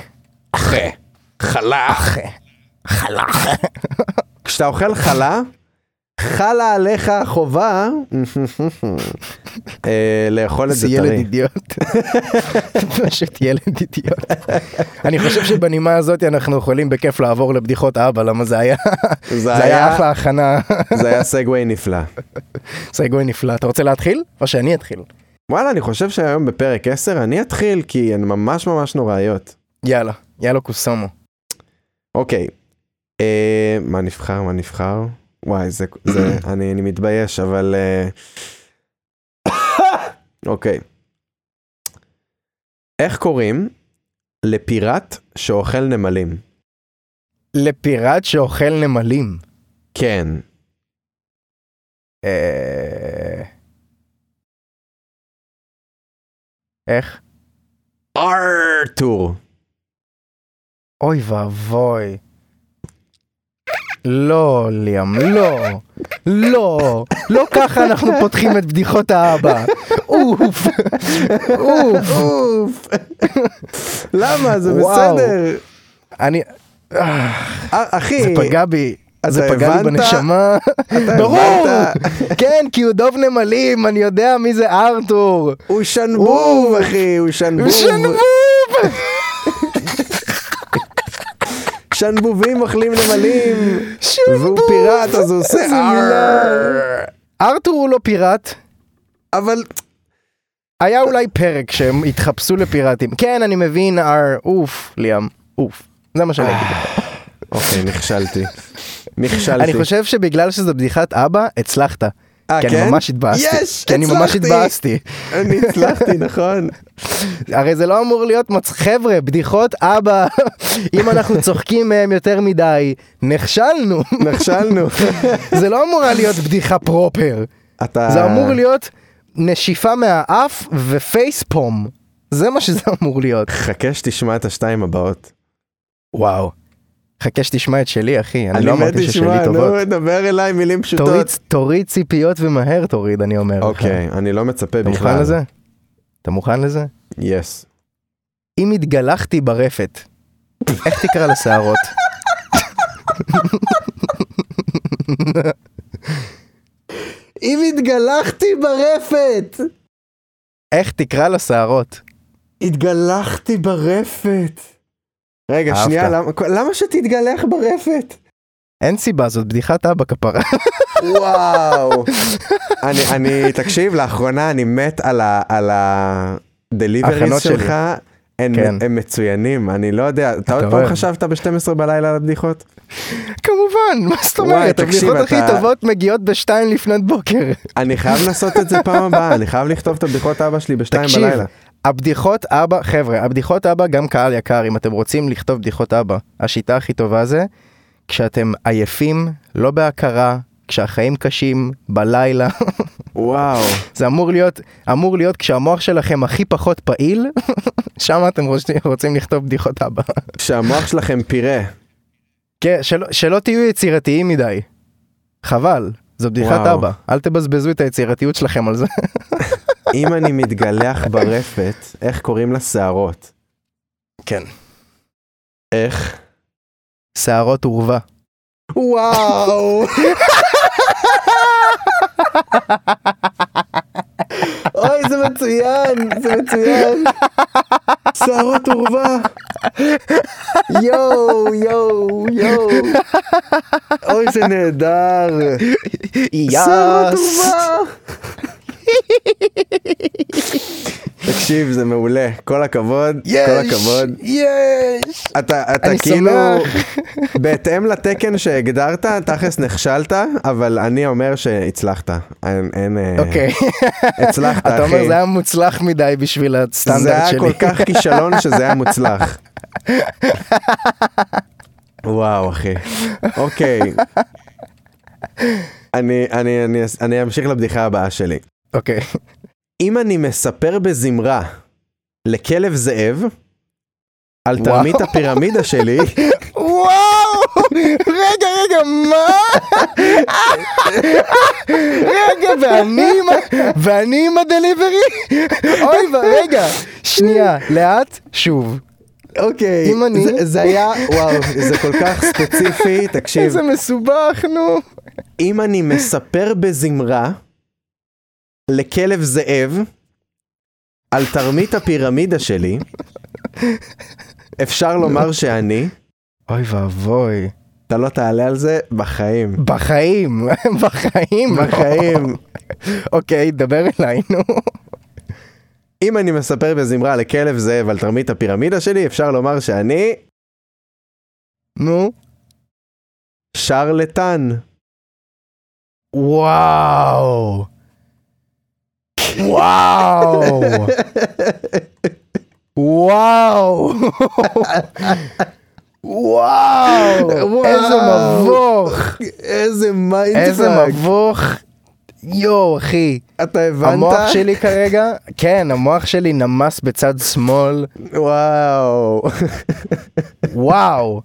S2: חי. חלה. חי. חלה.
S1: כשאתה אוכל חלה, חלה עליך החובה אה, לאכול את
S2: זה
S1: זה
S2: ילד
S1: טרי.
S2: אידיוט. פשוט ילד אידיוט. אני חושב שבנימה הזאת אנחנו יכולים בכיף לעבור לבדיחות אבא, למה זה היה...
S1: זה
S2: זה היה
S1: היה-
S2: אחלה הכנה.
S1: זה היה סגווי נפלא.
S2: סגווי נפלא. אתה רוצה להתחיל? או שאני אתחיל?
S1: וואלה, אני חושב שהיום בפרק 10 אני אתחיל, כי הן ממש ממש נוראיות.
S2: יאללה. יאללה קוסומו.
S1: אוקיי. אה, מה נבחר? מה נבחר? וואי, זה... זה אני, אני מתבייש, אבל... אה, אוקיי. איך קוראים לפיראט שאוכל נמלים?
S2: לפיראט שאוכל נמלים.
S1: כן.
S2: אה... איך?
S1: ארתור.
S2: אוי ואבוי. לא, ליאם, לא. לא. לא ככה אנחנו פותחים את בדיחות האבא. אוף. אוף.
S1: אוף. למה? זה
S2: וואו.
S1: בסדר.
S2: אני...
S1: אה, אחי.
S2: זה פגע בי.
S1: אתה
S2: זה פגע לי
S1: הבנת?
S2: בנשמה. ברור.
S1: הבנת?
S2: כן, כי הוא דוב נמלים, אני יודע מי זה ארתור.
S1: הוא שנבוב, אחי, הוא שנבוב.
S2: שנבוב.
S1: שנבובים אוכלים נמלים, והוא
S2: שנבוב,
S1: פיראט אז הוא עושה
S2: איזה מילה.
S1: "ארר".
S2: ארתור הוא לא פיראט,
S1: אבל
S2: היה אולי פרק שהם התחפשו לפיראטים. כן, אני מבין, אר, אוף, ליאם, אוף. זה מה
S1: אה,
S2: שאני אגיד.
S1: אוקיי נכשלתי, נכשלתי,
S2: אני חושב שבגלל שזו בדיחת אבא, הצלחת.
S1: אה,
S2: כי
S1: כן?
S2: אני ממש התבאסתי.
S1: יש,
S2: כי אני ממש
S1: הצלחתי.
S2: התבאסתי.
S1: אני הצלחתי נכון,
S2: הרי זה לא אמור להיות מצ... חבר'ה, בדיחות אבא, אם אנחנו צוחקים מהם יותר מדי, נכשלנו.
S1: נכשלנו,
S2: זה לא אמורה להיות בדיחה פרופר.
S1: אתה,
S2: זה אמור להיות נשיפה מהאף ופייספום. זה מה שזה אמור להיות.
S1: חכה שתשמע את השתיים הבאות,
S2: וואו. חכה שתשמע את שלי, אחי. אני
S1: אני
S2: לא
S1: מת
S2: אמרתי ששלי
S1: לשמוע,
S2: טובות.
S1: נו, דבר אליי מילים
S2: תוריד,
S1: פשוטות,
S2: תוריד ציפיות ומהר תוריד, אני אומר לך.
S1: אוקיי, אני לא מצפה
S2: כן. אתה
S1: בכלל,
S2: מוכן לזה? אתה מוכן לזה?
S1: יס,
S2: אם התגלחתי ברפת, איך תקרא לשערות?
S1: אם התגלחתי ברפת,
S2: איך תקרא לשערות?
S1: התגלחתי ברפת. רגע,
S2: אהבת.
S1: שנייה, למה, למה שתתגלח ברפת?
S2: אין סיבה, זאת בדיחת אבא כפרה.
S1: וואו. אני, אני, תקשיב, לאחרונה אני מת על ה... על ה... דליבריז
S2: ההכנות שלי.
S1: שלך. הם,
S2: כן.
S1: הם מצוינים, אני לא יודע, אתה עוד פעם
S2: אוהב.
S1: חשבת ב-12 בלילה על הבדיחות?
S2: כמובן, מה זאת
S1: וואי,
S2: אומרת?
S1: תקשיב,
S2: הבדיחות הכי
S1: אתה-
S2: טובות מגיעות בשתיים לפנות בוקר.
S1: אני חייב לעשות את זה פעם הבאה, אני חייב לכתוב את הבדיחות אבא שלי בשתיים
S2: תקשיב,
S1: בלילה.
S2: הבדיחות אבא, חבר'ה, הבדיחות אבא, גם קהל יקר, אם אתם רוצים לכתוב בדיחות אבא, השיטה הכי טובה זה כשאתם עייפים, לא בהכרה, כשהחיים קשים, בלילה,
S1: וואו,
S2: זה אמור להיות, אמור להיות כשהמוח שלכם הכי פחות פעיל, שם אתם רוצים, רוצים לכתוב בדיחות אבא.
S1: שהמוח שלכם פירה.
S2: כן, שלא, שלא תהיו יצירתיים מדי. חבל, זו בדיחת
S1: וואו.
S2: אבא, אל תבזבזו את היצירתיות שלכם על זה.
S1: אם אני מתגלח ברפת, איך קוראים לשערות?
S2: כן.
S1: איך?
S2: שערות עורווה.
S1: וואו. אוי, זה מצוין, זה מצוין. שערות עורווה. יואו, יואו, יואו. אוי, זה נהדר. שערות עורווה. תקשיב, זה מעולה. כל הכבוד, כל הכבוד.
S2: יש!
S1: אתה, אתה
S2: אני
S1: כאילו,
S2: שמח.
S1: בהתאם לתקן שהגדרת, תכלס נכשלת, אבל אני אומר שהצלחת. אין, אין, אה,
S2: אוקיי,
S1: הצלחת, אחי.
S2: אתה אומר זה היה מוצלח מדי בשביל
S1: זה
S2: הסטנדרט
S1: היה
S2: שלי.
S1: כל כך כישלון שזה היה מוצלח. וואו, אחי. אוקיי. אני, אני, אני, אני אמשיך לבדיחה הבאה שלי.
S2: אוקיי.
S1: אם אני מספר בזמרה לכלב זאב, על
S2: וואו.
S1: תרמית הפירמידה שלי,
S2: וואו! רגע, רגע, מה? רגע, ואני עם, ה- ואני עם הדליברי? אוי, ו- רגע, שנייה, לאט, שוב.
S1: אוקיי,
S2: אם אני-
S1: זה, זה היה, וואו, זה כל כך ספציפי, תקשיב,
S2: איזה מסובך, נו.
S1: אם אני מספר בזמרה לכלב זאב על תרמית הפירמידה שלי, אפשר לומר שאני,
S2: אוי ואבוי.
S1: אתה לא תעלה על זה בחיים,
S2: בחיים, בחיים, לא.
S1: בחיים.
S2: אוקיי, דבר אליי, נו.
S1: אם אני מספר בזמרה לכלב זאב על תרמית הפירמידה שלי, אפשר לומר שאני
S2: נו.
S1: שרלטן.
S2: וואו. וואו. וואו. וואו. איזה מבוך.
S1: איזה
S2: איזה
S1: מיינדפאק.
S2: מבוך. יואו, אחי.
S1: אתה הבנת?
S2: המוח שלי כרגע, כן, המוח שלי נמס בצד שמאל.
S1: וואו.
S2: וואו.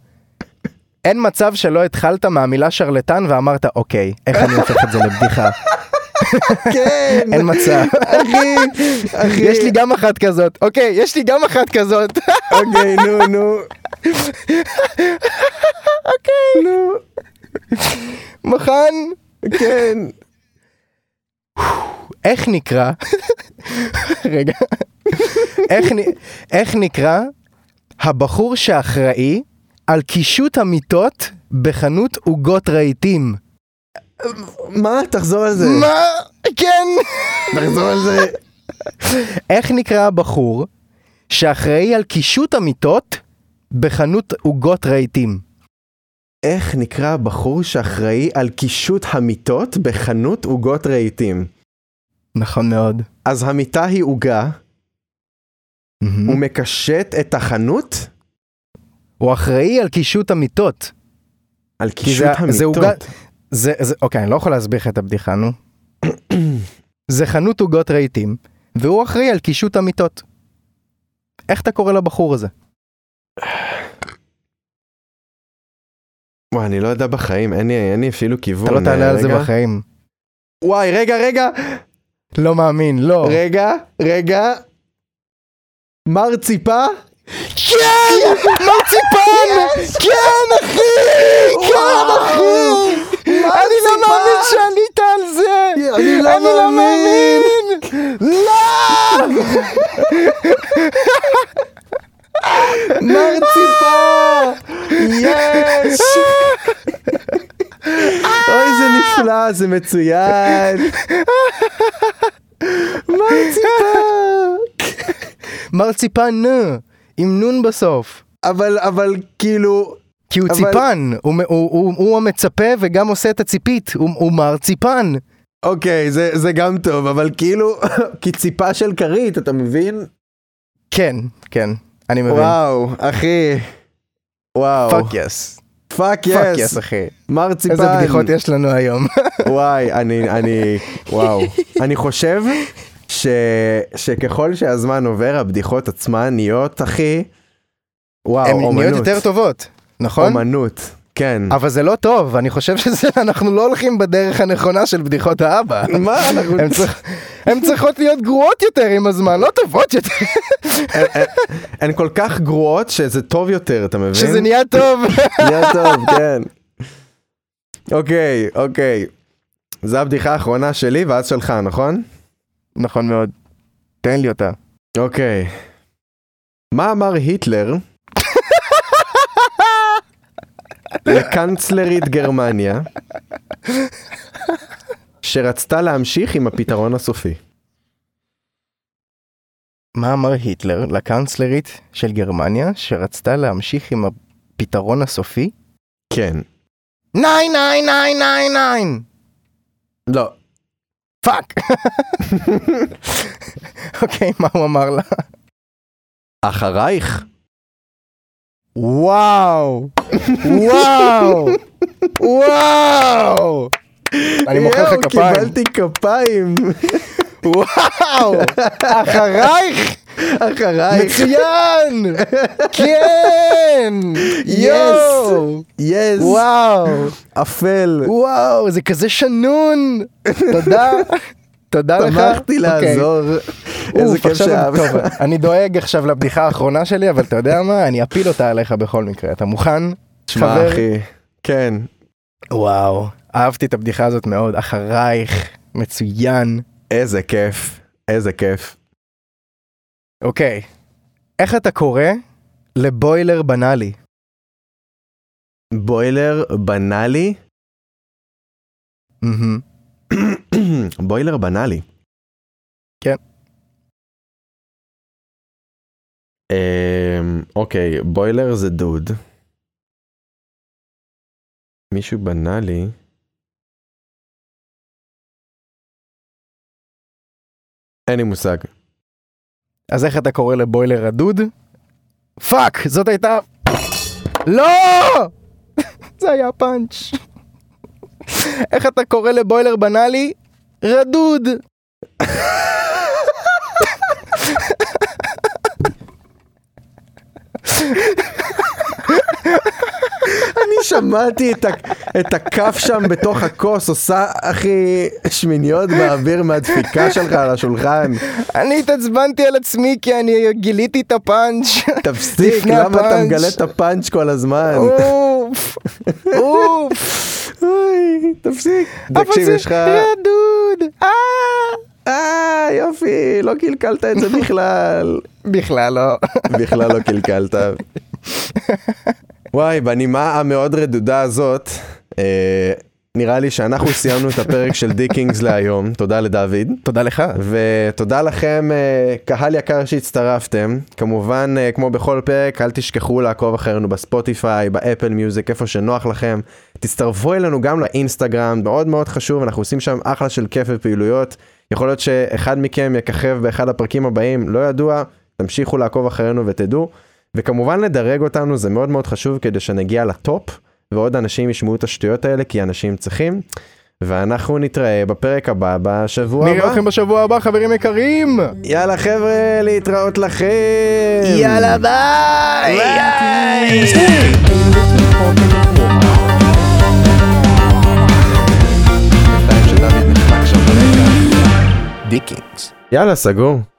S2: אין מצב שלא התחלת מהמילה שרלטן ואמרת, אוקיי, איך אני הופך את זה לבדיחה?
S1: כן.
S2: אין מצב.
S1: אחי, אחי.
S2: יש לי גם אחת כזאת. אוקיי, יש לי גם אחת כזאת.
S1: אוקיי, נו, נו. אוקיי. נו,
S2: מוכן?
S1: כן.
S2: איך נקרא? רגע. איך נ- איך נקרא הבחור שאחראי על קישוט המיטות בחנות עוגות רהיטים.
S3: מה? תחזור על זה.
S2: מה? כן.
S3: תחזור על זה.
S2: איך נקרא הבחור שאחראי על קישוט המיטות בחנות עוגות רהיטים?
S3: איך נקרא הבחור שאחראי על קישוט המיטות בחנות עוגות רהיטים?
S2: נכון מאוד.
S3: אז המיטה היא עוגה,
S1: Mm.
S2: מהמם.
S3: הוא מקשט את החנות
S2: הוא אחראי על קישוט המיטות.
S3: על
S2: כי
S3: קישוט
S2: זה- זה
S3: המיטות.
S2: עוגה- זה, זה, אוקיי, אני לא יכול להסביר לך את הבדיחה, נו. זה חנות עוגות רהיטים, והוא אחראי על קישוט המיטות. איך אתה קורא לבחור הזה?
S3: וואי, אני לא יודע בחיים, אין לי, אין לי אפילו כיוון.
S2: אתה לא
S3: אה,
S2: תענה על זה
S3: רגע.
S2: בחיים.
S3: וואי, רגע, רגע,
S2: לא מאמין, לא.
S3: רגע, רגע. מרציפה?
S2: כן! מרציפן! כן, אחי! כן, אחי! אני לא מאמין שעלית על זה!
S3: אני לא מאמין! מרציפה!
S2: אה.
S3: יש! אוי, זה נפלא, זה מצוין. מרציפה!
S2: מרציפן נו, עם נון בסוף.
S3: אבל, אבל, כאילו...
S2: כי הוא
S3: אבל-
S2: ציפן, הוא, מ- הוא, הוא, הוא המצפה וגם עושה את הציפית, הוא, הוא מרציפן.
S3: אוקיי, זה, זה גם טוב, אבל כאילו, כציפה של כרית, אתה מבין?
S2: כן, כן, אני מבין.
S3: וואו, אחי. וואו.
S2: פאק יס.
S3: פאק
S2: פאק
S3: יס.
S2: יס אחי.
S3: מרציפן.
S2: איזה בדיחות יש לנו היום.
S3: וואי, אני, אני, וואו. אני חושב ש, שככל שהזמן עובר, הבדיחות עצמן נהיות, אחי, וואו,
S2: הן
S3: אומנות.
S2: נהיות יותר טובות, נכון?
S3: אומנות, כן.
S2: אבל זה לא טוב, אני חושב שאנחנו לא הולכים בדרך הנכונה של בדיחות האבא.
S3: מה, אנחנו...
S2: הן צריכ- הן צריכות להיות גרועות יותר עם הזמן, לא טובות יותר,
S3: הן- הן- אה, הן כל כך גרועות שזה טוב יותר, אתה מבין?
S2: שזה נהיה טוב.
S3: נהיה טוב, כן. אוקיי, אוקיי. זו הבדיחה האחרונה שלי ואז שלך, נכון?
S2: נכון מאוד. תן לי אותה.
S3: אוקיי. מה אמר היטלר לקנצלרית גרמניה שרצתה להמשיך עם הפתרון הסופי?
S2: מה אמר היטלר לקאנצלרית של גרמניה שרצתה להמשיך עם הפתרון הסופי?
S3: כן.
S2: ניין ניין ניין ניין ניין!
S3: לא.
S2: פאק! אוקיי, מה הוא אמר לה?
S3: אחרייך?
S2: וואו! וואו! וואו! אני מוחא
S3: יואו,
S2: לך כפיים.
S3: קיבלתי כפיים.
S2: וואו! אחרייך!
S3: אחרייך.
S2: מצוין! כן! יואו!
S3: יס.
S2: וואו! אוקיי.
S3: אפל.
S2: וואו, זה כזה שנון! תודה. תודה לך.
S3: שמחתי
S2: אוקיי.
S3: לעזור. איזה
S2: אוף,
S3: כיף
S2: עכשיו-
S3: שאהבת.
S2: טוב, אני דואג עכשיו לבדיחה האחרונה שלי, אבל אתה יודע מה? אני אפיל אותה עליך בכל מקרה. אתה מוכן?
S3: שמע אחי. כן.
S2: וואו, אהבתי את הבדיחה הזאת מאוד. אחרייך, מצוין.
S3: איזה כיף. איזה כיף.
S2: אוקיי, איך אתה קורא לבוילר בנאלי?
S3: בוילר בנאלי?
S2: מהמם.
S3: בוילר בנאלי.
S2: כן.
S3: אמ, אוקיי, בוילר זה דוד. מישהו בנאלי. אין לי מושג.
S2: אז איך אתה קורא לבוילר הדוד? פאק, זאת הייתה... לא! זה היה פאנץ'. איך אתה קורא לבוילר בנאלי? רדוד.
S3: אני שמעתי את, ה- את הכף שם בתוך הכוס עושה אחי שמיניות באוויר מהדפיקה שלך על השולחן.
S2: אני התעצבנתי על עצמי כי אני גיליתי את הפאנץ'.
S3: תפסיק,
S2: לפני
S3: למה אתה
S2: הפאנץ'.
S3: מגלה את הפאנץ' כל
S1: אה,
S3: הזמן?
S2: אוף, אוף.
S3: אוי, תפסיק. תקשיב,
S2: אבל
S3: יש לך...
S2: זה רדוד. אה,
S3: אה, יופי, לא קלקלת את זה בכלל.
S2: בכלל לא.
S3: בכלל לא קלקלת.
S1: וואי, בנימה המאוד רדודה הזאת, אה, נראה לי שאנחנו סיימנו את הפרק של דיקינגס להיום, תודה לדוד.
S2: תודה לך.
S1: ותודה לכם, אה, קהל יקר שהצטרפתם. כמובן, אה, כמו בכל פרק, אל תשכחו לעקוב אחרינו בספוטיפיי, באפל מיוזיק, איפה שנוח לכם. תצטרפו אלינו גם לאינסטגרם, מאוד מאוד חשוב, אנחנו עושים שם אחלה של כיף ופעילויות. יכול להיות שאחד מכם יככב באחד הפרקים הבאים, לא ידוע, תמשיכו לעקוב אחרינו ותדעו. וכמובן לדרג אותנו זה מאוד מאוד חשוב כדי שנגיע לטופ, ועוד אנשים ישמעו את השטויות האלה כי אנשים צריכים. ואנחנו נתראה בפרק הבא בשבוע הבא.
S2: נראה לכם בשבוע הבא, חברים יקרים!
S1: יאללה חבר'ה, להתראות לכם!
S3: יאללה ביי! ביי!
S1: שדוד נחנק שם ברקע.
S2: דיקינגס.
S4: יאללה, סגור.